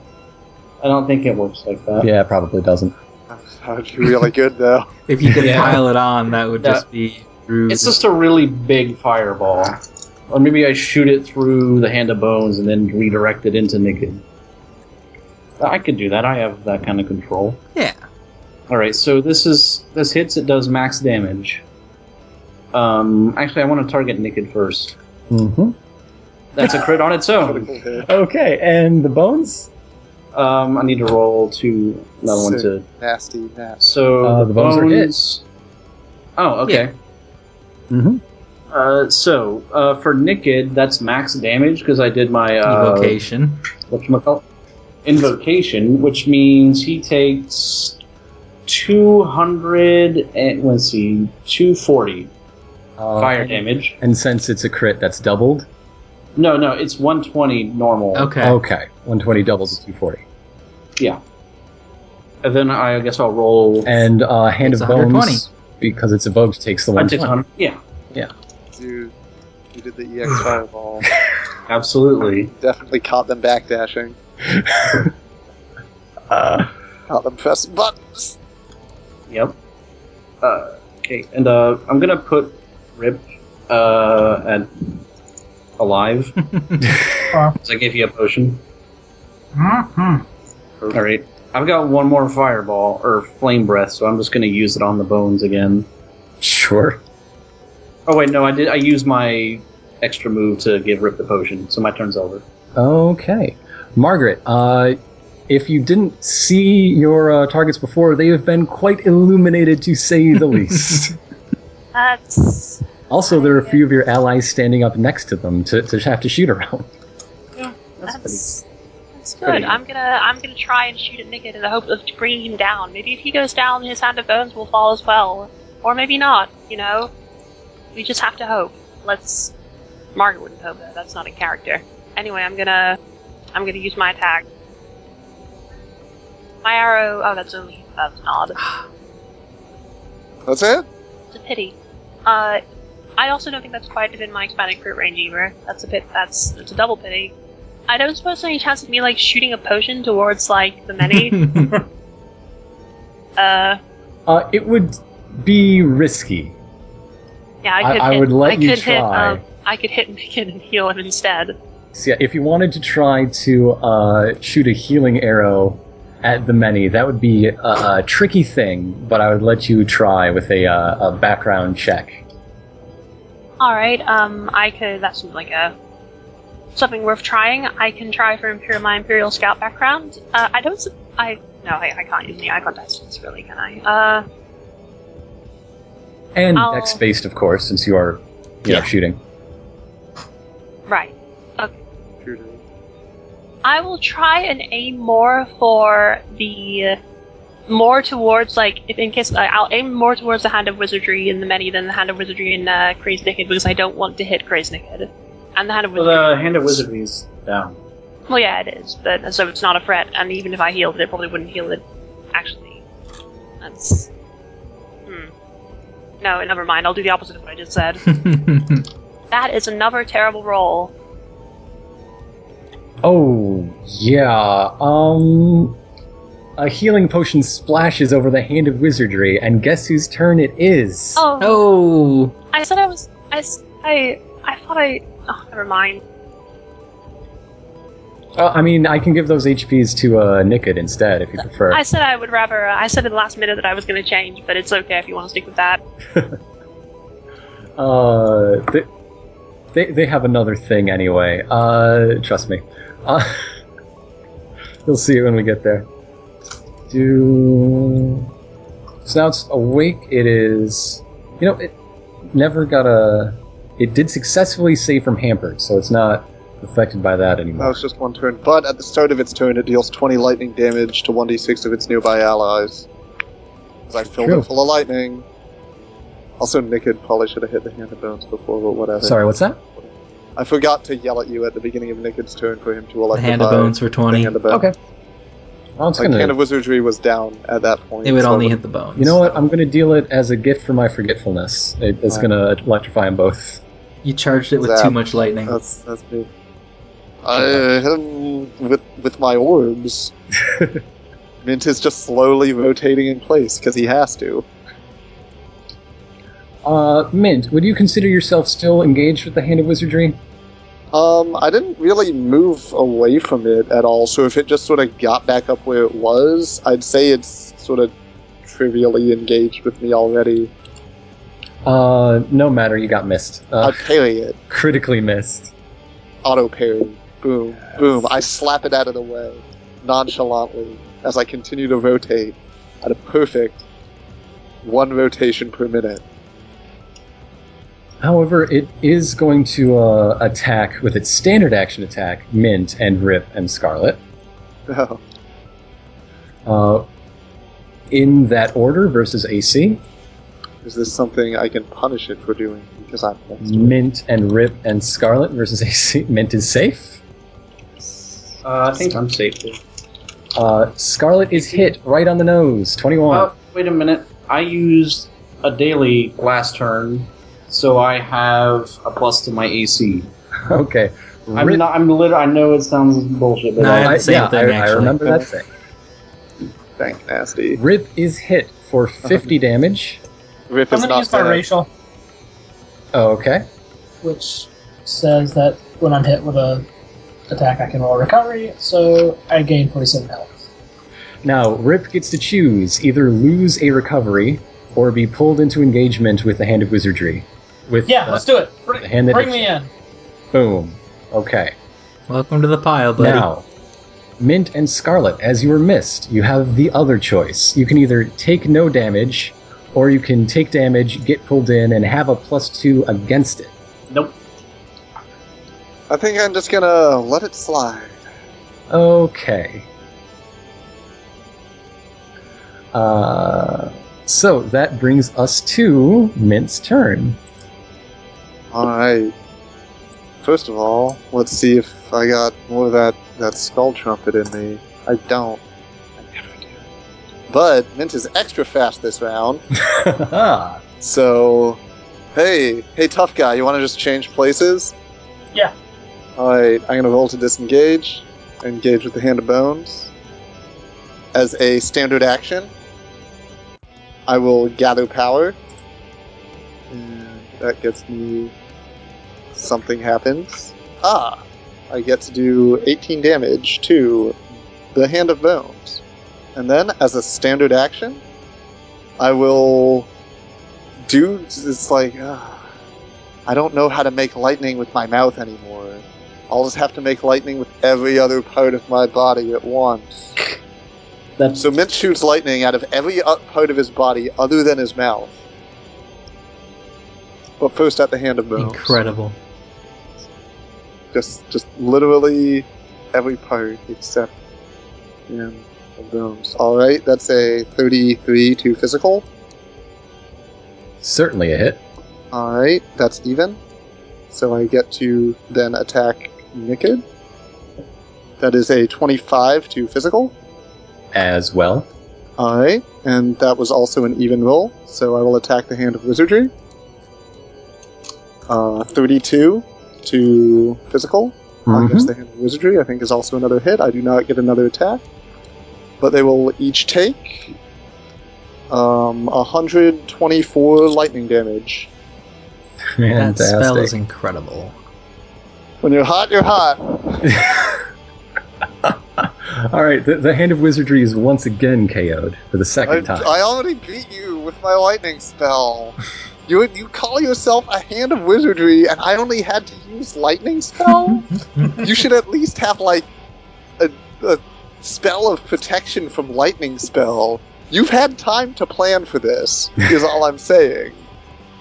F: I don't think it works like that.
A: yeah, probably doesn't.
C: That would Ah, be really good, though.
B: If you could
F: Yeah.
B: pile it on, that would
F: That-
B: just be rude.
F: It's just a really big fireball. Or maybe I shoot it through the hand of bones and then redirect it into Nikid. I could do that. I have that kind of control.
B: Yeah.
F: All right. So this is this hits. It does max damage. Um. Actually, I want to target Nikid first.
A: Mm-hmm.
F: That's a crit on its own.
C: Critical hit.
A: Okay, and the bones?
F: Um. I need to roll to another one to.
C: Nasty, nasty.
F: So
A: Uh, the bones are hit.
F: Oh. Okay.
B: Yeah.
A: Mm-hmm.
F: Uh, so uh, for Nikid, that's max damage because I did my uh,
B: Evocation.
F: whatchamacallit? invocation, which means he takes 200 and let's see, 240
A: Uh,
F: fire damage.
A: And since it's a crit, that's doubled.
F: No, no, it's 120 normal.
B: Okay.
A: Okay, 120 doubles to 240.
F: Yeah. And then I guess I'll roll.
A: And uh, hand
B: It's
A: of
B: 120.
A: bones, because it's evoked, takes the
F: I take
A: 120.
F: 100. Yeah,
C: You, you did the EX fireball.
F: absolutely.
C: Definitely caught them backdashing.
A: Uh,
C: Caught them pressing buttons.
F: Yep. Uh, okay, and uh, I'm gonna put Rip uh, at alive. so I give you a potion.
D: hmm
F: All right. I've got one more fireball or flame breath, so I'm just going to use it on the bones again.
A: sure.
F: Oh wait, no, I did. I used my extra move to give Rip the potion, so my turn's over.
A: Okay. Margaret, uh, if you didn't see your uh, targets before, they have been quite illuminated to say the least.
G: That's
A: also, there are a few of your allies standing up next to them to, to have to shoot around.
F: That's pretty.
G: that's, that's
F: pretty
G: good.
F: good.
G: I'm gonna I'm gonna try and shoot at Nickit in the hope of bringing him down. Maybe if he goes down, his hand of bones will fall as well, or maybe not. You know, we just have to hope. Let's. Margaret wouldn't hope that. That's not a character. Anyway, I'm gonna I'm gonna use my attack. My arrow. Oh, that's only that's an odd.
C: That's it?
G: It's a pity. Uh, I also don't think that's quite within my expanded crit range either. That's a bit. That's it's a double pity. I don't suppose there's any chance of me like shooting a potion towards like the many. uh,
A: Uh, it would be risky.
G: yeah,
A: I-
G: I could.
A: I
G: hit,
A: would let
G: I
A: you
G: could Hit,
A: try.
G: um, I could hit Mikin and heal him instead.
A: So yeah, if you wanted to try to uh, shoot a healing arrow at the many. That would be a, a tricky thing, but I would let you try with a, uh, a background check.
G: All right. Um, I could. That seems like a something worth trying. I can try for Imperial, my Imperial Scout background. Uh, I don't. s- I no. I, I can't use the icon dice. Really, can I? Uh,
A: And
G: I'll-
A: dex based, of course, since you are you know,
G: Yeah.
A: shooting.
G: right. I will try and aim more for the more towards like if in case I I'll aim more towards the hand of wizardry in the many than the hand of wizardry in uh, crazy naked because I don't want to hit crazy naked and the hand of
F: Well,
G: wizardry.
F: the hand of wizardry is down.
G: well, yeah, it is, but so it's not a threat. And even if I healed it, it probably wouldn't heal it. Actually, that's hmm. No, never mind. I'll do the opposite of what I just said. that is another terrible roll.
A: Oh yeah. Um, a healing potion splashes over the hand of wizardry, and guess whose turn it is?
G: Oh.
B: oh,
G: I said I was. I. s- I. I thought I. Oh, never mind.
A: Uh, I mean, I can give those HPs to uh, Nikid instead if you prefer.
G: I said I would rather. I said at the last minute that I was going to change, but it's okay if you want to stick with that.
A: Uh, they, they, they have another thing anyway. Uh, trust me. Uh, you'll see it when we get there. Do. So now it's awake. It is. You know, it never got a. It did successfully save from hampered, so it's not affected by that
C: That
A: anymore.
C: was just one turn. But at the start of its turn, it deals 20 lightning damage to 1d6 of its nearby allies. 'Cause I filled
A: True.
C: it full of lightning. Also, Nikid probably should have hit the hand of bones before, but whatever.
A: Sorry, what's that?
C: I forgot to yell at you at the beginning of Nikid's turn for him to
B: the
C: electrify.
B: hand of bones for
C: the
B: twenty.
C: hand of bones.
A: Okay. Well, it's
C: Like,
A: Oh, gonna.
C: Hand of Wizardry was down at that point.
B: It would
C: so
B: only
C: it
B: hit the bones.
A: you know what? I'm gonna deal it as a gift for my forgetfulness. It, it's
C: Alright.
A: gonna electrify them both.
B: You charged it with
C: Zap.
B: too much lightning.
C: That's that's me. I uh, hit him with with my orbs. Mint is just slowly rotating in place because he has to.
A: Uh, Mint, would you consider yourself still engaged with the Hand of Wizardry?
C: Um, I didn't really move away from it at all, so if it just sort of got back up where it was, I'd say it's sort of trivially engaged with me already.
A: Uh, no matter, you got missed. Uh,
C: I parry it,
A: critically missed.
C: auto parry, boom, boom. I slap it out of the way, nonchalantly, as I continue to rotate at a perfect one rotation per minute.
A: However, it is going to uh, attack with its standard action attack, Mint and Rip and Scarlet.
C: No.
A: Uh, in that order versus AC,
C: Is this something I can punish it for doing? Because I'm next to it.
A: Mint and Rip and Scarlet versus AC. Mint is safe.
F: Uh, I think I'm safe. Here.
A: Uh, Scarlet is hit right on the nose, 21.
F: Oh, wait a minute. I used a daily last turn, so I have a plus to my AC.
A: Okay.
F: I'm
A: Rip-
F: not. I'm lit. I know it sounds bullshit, but
B: No,
F: I,
B: I-
A: I,
B: the same
A: yeah,
B: thing,
A: I, I
B: actually.
A: remember that thing.
C: Thank nasty.
A: Rip is hit for 50 damage.
C: Riff
D: I'm
C: is
D: going to
C: not
D: use my
C: bad.
D: racial,
A: Oh, okay.
D: which says that when I'm hit with a attack, I can roll recovery. So I gain 47 health.
A: Now, Rip gets to choose either lose a recovery or be pulled into engagement with the Hand of Wizardry. With
D: Yeah,
A: uh,
D: let's do it. Bring,
A: the hand that
D: bring
A: hits
D: me
A: you.
D: in.
A: boom. Okay.
B: Welcome to the pile, buddy.
A: Now, Mint and Scarlet, as you were missed, you have the other choice. You can either take no damage, or you can take damage, get pulled in, and have a plus two against it.
F: nope.
C: I think I'm just gonna let it slide.
A: Okay. Uh, so that brings us to Mint's turn.
C: Alright. First of all, let's see if I got more of that, that skull trumpet in me. I don't. I never do. But Mint is extra fast this round, so. Hey, hey, tough guy, you wanna just change places?
D: Yeah.
C: Alright, I'm gonna roll to disengage. Engage with the Hand of Bones. As a standard action, I will gather power. And that gets me. Something happens. Ah! I get to do 18 damage to the Hand of Bones. And then, as a standard action, I will do. It's like. Uh, I don't know how to make lightning with my mouth anymore. I'll just have to make lightning with every other part of my body at once.
F: That's
C: So Mint shoots lightning out of every o- part of his body other than his mouth. But first at the hand of Bones.
B: Incredible.
C: Just, just literally every part except hand of Bones. All right, that's a 33 to physical.
A: Certainly a hit.
C: All right, that's even. So I get to then attack Nikid. That is a 25 to physical.
A: As well.
C: All right, and that was also an even roll, so I will attack the hand of wizardry. Uh, 32 to physical against
A: Mhm.
B: Mm-hmm.
C: the hand of wizardry, I think is also another hit. I do not get another attack, but they will each take um, 124 lightning damage.
B: That spell is
A: Fantastic.
B: incredible.
C: When you're hot, you're hot.
A: All right, the, the hand of wizardry is once again KO'd for the
C: I,
A: second time.
C: I already beat you with my lightning spell. You you call yourself a hand of wizardry, and I only had to use lightning spell. you should at least have like a, a spell of protection from lightning spell. You've had time to plan for this. Is all I'm saying.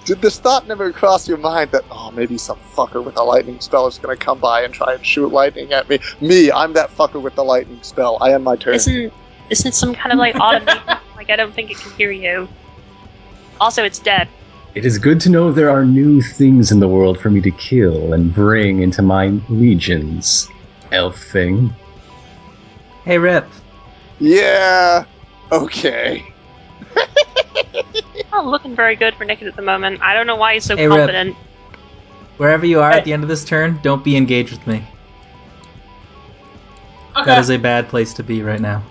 C: Did this thought never cross your mind that oh maybe some fucker with a lightning spell is going to come by and try and shoot lightning at me? Me, I'm that fucker with the lightning spell. I end my turn.
G: Isn't isn't some kind of like automated? like I don't think it can hear you. Also, it's dead.
A: It is good to know there are new things in the world for me to kill and bring into my legions. Elf thing.
B: Hey, Rip.
C: Yeah. Okay.
G: Not looking very good for Nickit at the moment. I don't know why he's so
B: Hey, Rip.
G: confident.
B: Wherever you are
D: Hey.
B: at the end of this turn, don't be engaged with me.
D: Okay.
B: That is a bad place to be right now.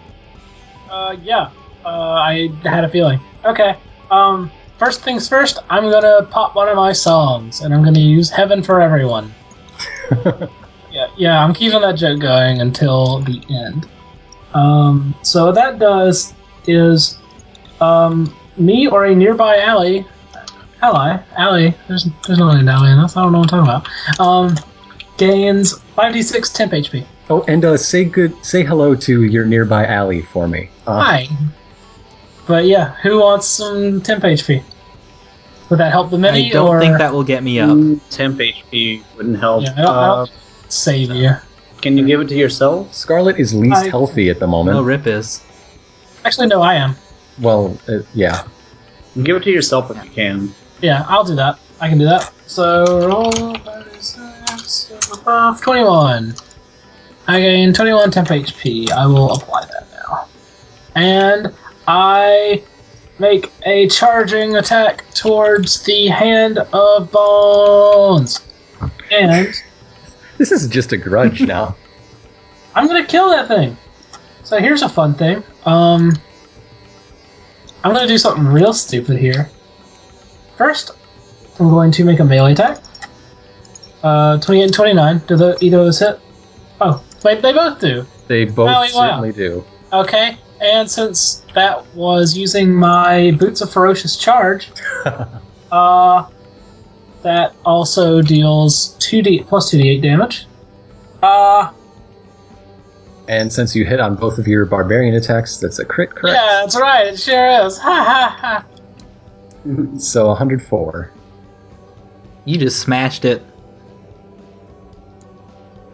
D: Uh, yeah. Uh, I had a feeling. Okay. Um, first things first, I'm gonna pop one of my songs, and I'm gonna use "Heaven for Everyone." yeah, yeah. I'm keeping that joke going until the end. Um, so what that does is, um, me or a nearby alley, ally, alley. There's there's not an alley in this. I don't know what I'm talking about. Um, gains five d six temp HP.
A: Oh, and uh, say good, say hello to your nearby alley for me. Uh,
D: Hi. But yeah, who wants some temp HP? Would that help the
B: I
D: many?
B: don't
D: or
B: think that will get me up.
F: Mm, temp HP wouldn't help.
D: Yeah, I don't- I
F: Uh,
D: don't- save you.
F: can you give it to yourselves?
A: Scarlet is least
D: Hi.
A: healthy at the moment.
B: No, Rip is.
D: Actually, no, I am.
A: Well, uh, yeah.
F: Give it to yourself if you can.
D: Yeah, I'll do that. I can do that. So roll bonus above twenty-one. I gain twenty-one temp HP. I will apply that now, and I make a charging attack towards the hand of bones, and
A: This is just a grudge now.
D: I'm gonna kill that thing. So here's a fun thing. Um, I'm gonna do something real stupid here. First, I'm going to make a melee attack. Uh, 28 and 29. Do the, either of those hit? Oh, wait, they both do.
A: They both
D: Oh, wow.
A: certainly do.
D: Okay. And since that was using my Boots of Ferocious Charge, uh, that also deals 2d plus 2d8 damage. Uh,
A: And since you hit on both of your barbarian attacks, that's a crit, correct?
D: Yeah, that's right. It sure is. Ha ha ha.
A: So 104.
B: You just smashed it.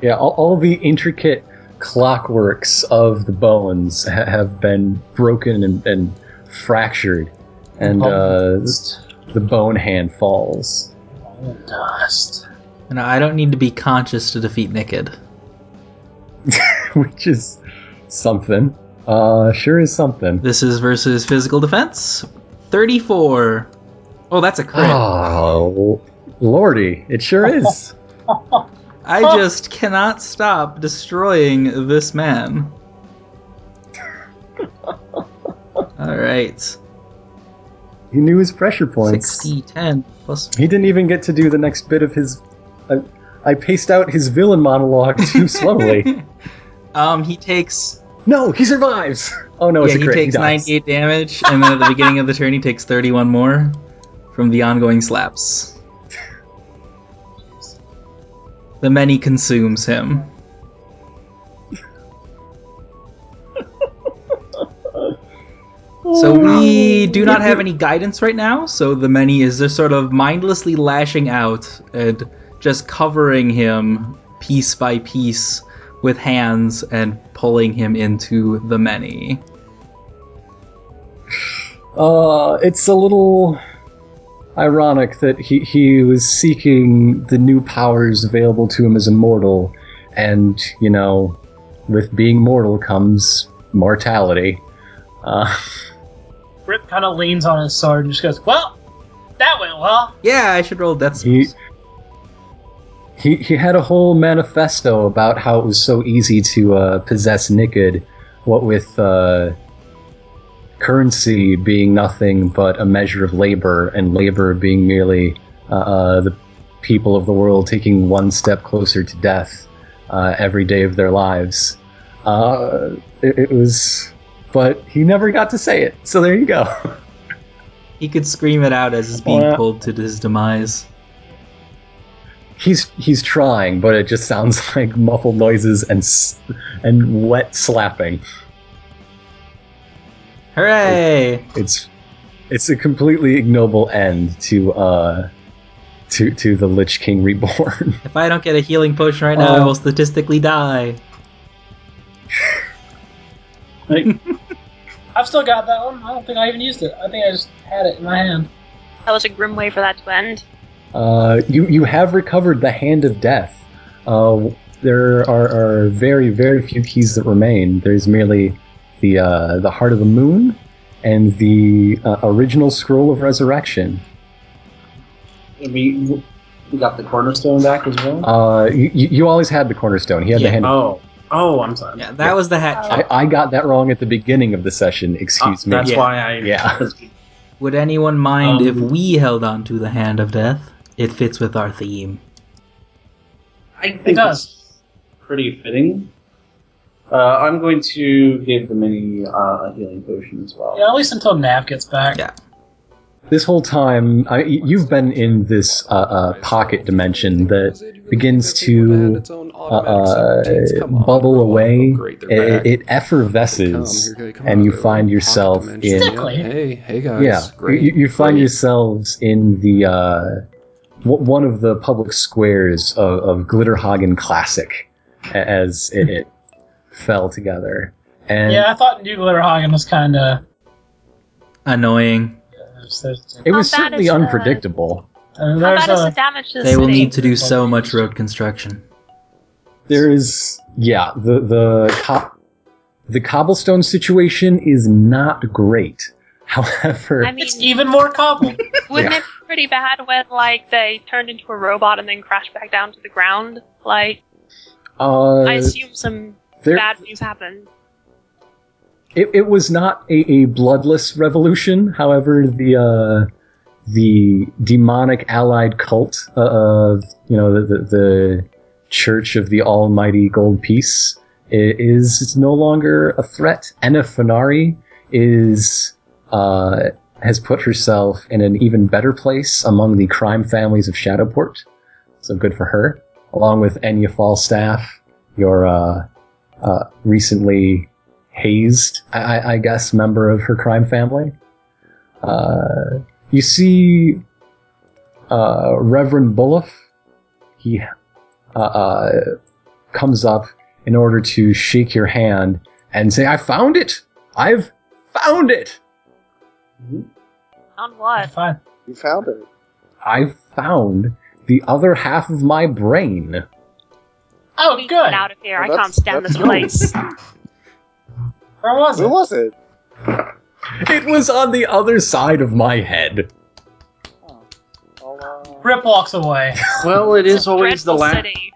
A: Yeah, all, all the intricate clockworks of the bones ha- have been broken and, and fractured, and uh, the bone hand falls.
D: Oh, dust.
B: And I don't need to be conscious to defeat Nikid.
A: which is something. Uh, sure is something.
B: This is versus physical defense. 34. Oh, that's a crit.
A: Oh, lordy, it sure is.
B: I just cannot stop destroying this man. All right.
A: he knew his pressure points.
B: 60, 10, plus.
A: He didn't even get to do the next bit of his. uh, I, I paced out his villain monologue too slowly.
B: um, he takes
A: No, he survives. Oh no, it's
B: yeah,
A: a
B: he
A: crit.
B: takes
A: dies.
B: 98 damage, and then at the beginning of the turn, he takes 31 more from the ongoing slaps. The many consumes him.
A: Oh,
B: So we do not have any guidance right now, so the many is just sort of mindlessly lashing out and just covering him piece by piece with hands and pulling him into the many.
A: Uh, it's a little ironic that he, he was seeking the new powers available to him as a mortal, and, you know, with being mortal comes mortality. Uh,
D: Rip kind of leans on his sword and just goes, "Well, that went well."
B: Yeah, I should roll death
A: he,
B: spells.
A: he, he had a whole manifesto about how it was so easy to uh, possess Nikid, what with uh, currency being nothing but a measure of labor, and labor being merely uh, uh, the people of the world taking one step closer to death uh, every day of their lives. Uh, it, it was. But he never got to say it, so there you go.
B: He could scream it out as he's being
A: Yeah.
B: pulled to his demise.
A: He's he's trying, but it just sounds like muffled noises and s- and wet slapping.
B: Hooray!
A: It's it's a completely ignoble end to uh to to the Lich King reborn.
B: If I don't get a healing potion right now, I
A: Uh,
B: will statistically die.
D: I've still got that one. I don't think I even used it. I think I just had it in my hand.
G: That was a grim way for that to end.
A: Uh, you you have recovered the Hand of Death. Uh, there are, are very very few keys that remain. There's merely the uh, the Heart of the Moon and the uh, original Scroll of Resurrection.
F: And we, we got the cornerstone back as well.
A: Uh, you, you you always had the cornerstone. He had
B: Yeah.
A: the Hand. Of-
F: Um, oh, oh, I'm sorry.
B: Yeah, that was the hat
G: Oh.
B: trick.
A: I, I got that wrong at the beginning of the session.
F: Ah,
A: Excuse me.
F: that's
B: Yeah.
F: why I.
A: Yeah.
B: Would anyone mind
F: Um,
B: if we held on to the hand of death? It fits with our theme.
F: I think
D: It does.
F: it's pretty fitting. Uh, I'm going to give the mini uh, a healing potion as well.
D: Yeah, at least until Nav gets back.
B: Yeah.
A: This whole time, I, you've been in this uh, uh, pocket dimension that begins to uh, uh, bubble away. It, it effervesces, and you find yourself in
D: Exactly.
E: Hey, hey guys.
A: yeah. You,
E: Great.
A: you find
E: Great.
A: yourselves in the uh, w- one of the public squares of, of Glitterhagen Classic a- as it, it fell together. And
D: Yeah, I thought New Glitterhagen was kind of.
B: Annoying.
D: There's, there's,
A: it was
G: How bad
A: certainly
G: is, uh,
A: unpredictable.
D: I mean,
G: How
D: there's
G: bad is the
D: a,
G: damage to the
B: They will
G: city?
B: need to do so much road construction.
A: There is yeah, the the co- the cobblestone situation is not great. However,
G: I mean,
D: it's even more cobble.
G: wouldn't
A: yeah.
G: it be pretty bad when like they turned into a robot and then crashed back down to the ground? Like,
A: uh,
G: I assume some
A: there,
G: bad news happened.
A: it, it was not a, a bloodless revolution. However, the uh, the demonic allied cult uh, of you know the, the the Church of the Almighty Gold Peace i- is, no longer a threat. Anna Fenari is uh, has put herself in an even better place among the crime families of Shadowport. So good for her, along with Enya Falstaff, your uh, uh, recently hazed, I, I- I guess, member of her crime family. Uh, you see uh, Reverend Bulloff. He uh, uh, comes up in order to shake your hand and say, I found it! I've found it!
G: On what?
D: Fine.
C: You found it.
A: I found the other half of my brain.
D: Oh,
G: We
D: good.
G: get out of here.
C: Well,
G: I
C: that's-
G: can't stand
C: that's
G: this place.
D: Where was
C: Where
D: it?
C: was it?
A: It was on the other side of my head.
C: I'll, uh,
D: Rip walks away.
F: Well, it
G: It's
F: is
G: a
F: always the
G: dreadful
F: last.
G: city.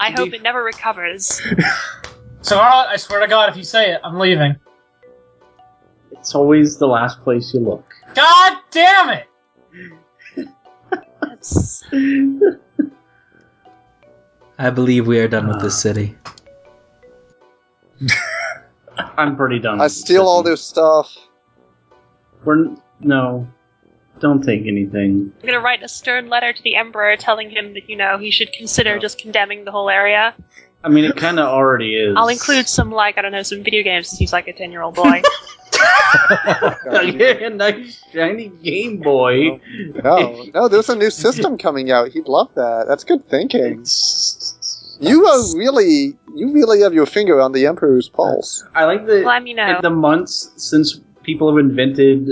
G: I hope it never recovers.
D: So Arlott, I swear to God, if you say it, I'm leaving.
F: It's always the last place you look.
D: God damn it!
G: That's-
A: Uh,
B: I believe we are done with this city.
F: I'm pretty done.
C: I
F: with
C: steal all
F: this.
C: their stuff.
F: We're no. Don't take anything.
G: I'm gonna write a stern letter to the Emperor telling him that, you know, he should consider just condemning the whole area.
F: I mean, it kind of already is.
G: I'll include some, like, I don't know, some video games since he's like a 10 year old boy.
F: yeah, nice shiny Game Boy.
C: No, no, there's a new system coming out. He'd love that. That's good thinking. You are really, you really have your finger on the Emperor's pulse.
F: I like the
G: Let me know.
F: at the months since people have invented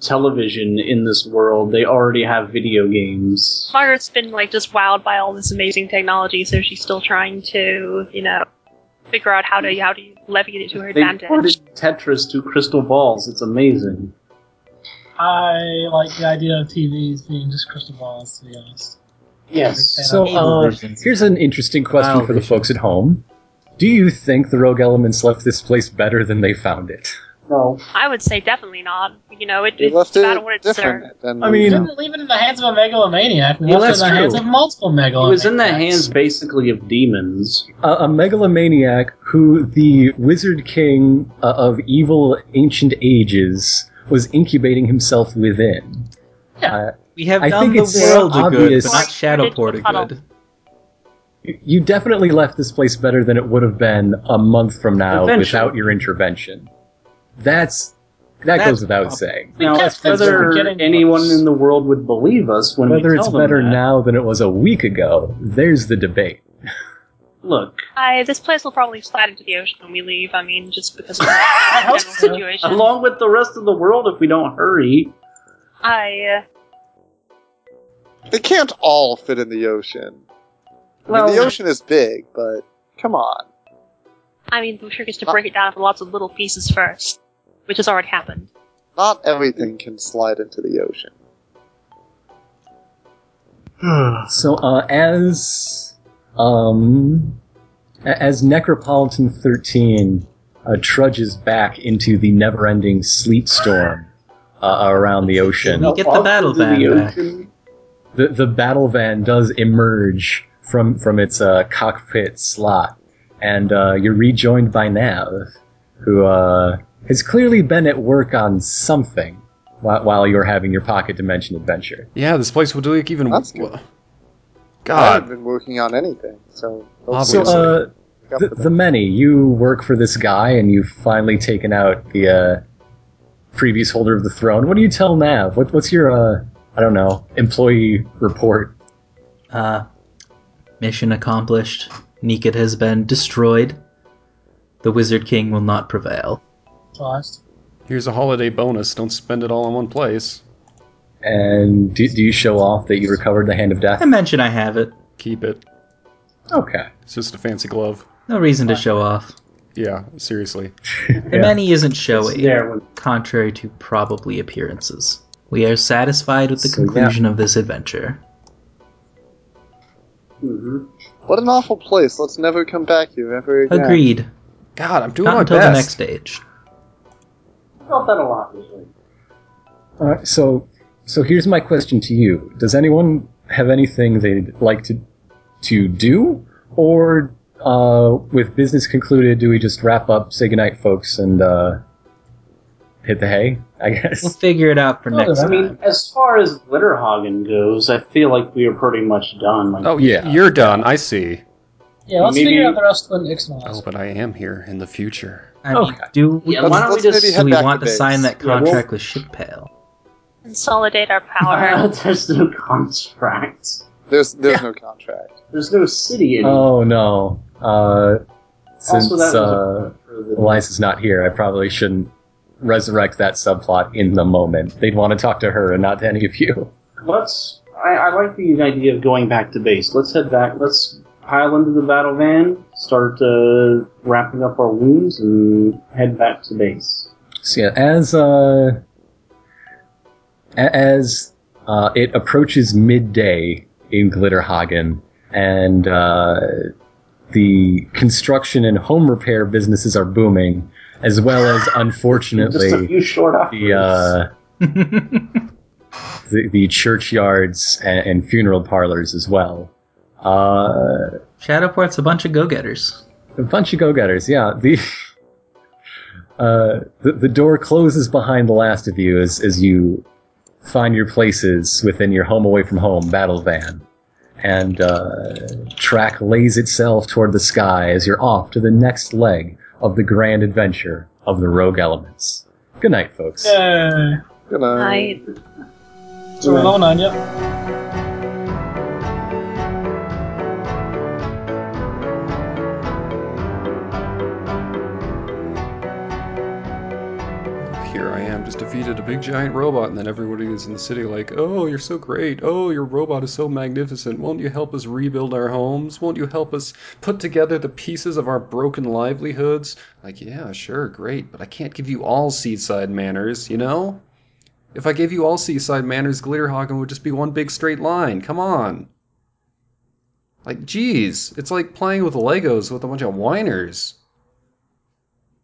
F: television in this world, they already have video games.
G: Margaret's been, like, just wowed by all this amazing technology, so she's still trying to, you know, figure out how to how to levy it to her
F: They
G: advantage.
F: ported Tetris to crystal balls. It's amazing.
D: I like the idea of TVs being just crystal balls, to be honest.
F: Yes.
A: So uh, here's an interesting question
B: Wow,
A: for the
B: vision.
A: folks at home. Do you think the rogue elements left this place better than they found it?
F: No.
G: I would say definitely not. You know, it,
C: They
G: it's
C: left
G: about
C: it
G: what it deserved.
C: different. Than
A: I mean-
D: We
A: You know.
D: didn't leave it in the hands of a megalomaniac. We
F: Yeah, that's
D: left it in the
F: true.
D: hands of multiple
F: It
D: megalomaniacs.
F: was in the hands basically of demons.
A: a, a megalomaniac who the wizard king uh, of evil ancient ages was incubating himself within.
D: Yeah.
A: Uh,
B: We have
A: I
B: done
A: think
B: the
A: it's
B: world a good,
A: obvious-
B: but not shadow port a good.
A: you you definitely left this place better than it would have been a month from now
F: Eventually.
A: without your intervention. That's that
B: That's
A: goes without
B: prob-
A: saying.
F: Now,
D: Because things
F: whether
D: were getting
F: anyone
D: worse.
F: in the world would believe us when
A: Whether
F: we
A: it's
F: tell
A: better
F: them that.
A: now than it was a week ago, there's the debate.
F: Look,
G: I, this place will probably slide into the ocean when we leave. I mean, just because of the
F: hope
G: general
F: so.
G: situation.
F: along with the rest of the world, if we don't hurry,
G: I uh,
C: they can't all fit in the ocean. I
F: Well-
C: mean, the ocean is big, but come on.
G: I mean, the trick is to break it down into lots of little pieces first, which has already happened.
C: Not everything can slide into the ocean.
A: So, uh, as um, a- as Necropolitan Thirteen uh, trudges back into the never-ending sleet storm uh, around the ocean,
B: We get the battle van back.
A: the the battle van does emerge from from its uh, cockpit slot, and uh, you're rejoined by Nav, who uh, has clearly been at work on something while, while you're having your pocket dimension adventure.
E: Yeah, this place would look even.
C: That's good. I haven't
E: God,
C: been working on anything, so
A: So,
E: obviously.
A: uh,
C: Pick up
A: the,
C: with
A: the many you work for this guy and you've finally taken out the uh, previous holder of the throne what do you tell nav what, what's your uh, i don't know employee report
B: Uh, mission accomplished. Nikit has been destroyed. The Wizard King will not prevail.
D: Tossed.
E: Here's a holiday bonus. Don't spend it all in one place.
A: and do, do you show off that you recovered the hand of
B: I
A: death
B: mention I have it.
E: Keep it.
A: okay
E: It's just a fancy glove.
B: No reason to show off.
E: Yeah, seriously.
B: The many isn't showy,
F: It's there when-
B: contrary to probably appearances. We are satisfied with the
A: So, yeah.
B: conclusion of this adventure.
F: Mhm.
C: What an awful place. Let's never come back here ever again.
B: Agreed.
E: God, I'm doing
B: Not
E: my
B: until
E: best.
B: the next stage.
F: I felt that a lot lately.
A: All right, so so here's my question to you does anyone have anything they'd like to to do or uh, with business concluded do we just wrap up say goodnight folks and uh, hit the hay i guess
B: We'll figure it out for next
F: I
B: time.
F: mean, as far as Glitterhagen goes, I feel like we are pretty much done. Like,
E: Oh,
A: Yeah.
E: yeah. You're done. I see.
D: Yeah, let's
F: Maybe-
D: figure out the rest of the next one.
E: Oh, but I am here in the future.
B: I mean,
A: Okay.
B: do we,
F: Yeah,
B: do
F: why
C: let's,
F: don't we
C: let's
F: just-
C: maybe
B: we
C: head back
B: want to
C: base.
B: sign that
F: Yeah, we'll-
B: contract with Shippale?
G: Consolidate our
F: Uh,
G: power.
F: there's no contract.
C: There's, there's no contract.
F: There's no city anymore.
A: Oh no. Uh, since
F: also, that was
A: uh,
F: a- for the-
A: Eliza's not here, I probably shouldn't resurrect that subplot in the moment. They'd want to talk to her and not to any of you.
F: Let's. I, I like the idea of going back to base. Let's head back. Let's pile into the battle van, start uh, wrapping up our wounds, and head back to base.
A: So yeah, as uh, a- as uh, it approaches midday in Glitterhagen, and uh, the construction and home repair businesses are booming, as well as
F: Just a
A: unfortunately
F: few short hours.
A: the uh, the, the churchyards and, and funeral parlors as well. Uh,
B: Shadowport's a bunch of go-getters.
A: a bunch of go-getters, yeah. The Uh, the, the door closes behind the last of you as, as you find your places within your home away from home battle van. And uh, track lays itself toward the sky as you're off to the next leg of the grand adventure of the rogue elements. Good night, folks.
D: Yay.
C: Good night.
G: I
D: So we're alone, Anya.
E: Here I am, just defeated a big giant robot, and then everybody is in the city like, "Oh, you're so great! Oh, your robot is so magnificent! Won't you help us rebuild our homes? Won't you help us put together the pieces of our broken livelihoods?" Like, yeah, sure, great, but I can't give you all seaside manners, you know. If I gave you all seaside manners, Glitterhagen would just be one big straight line. Come on. Like, geez, it's like playing with Legos with a bunch of whiners.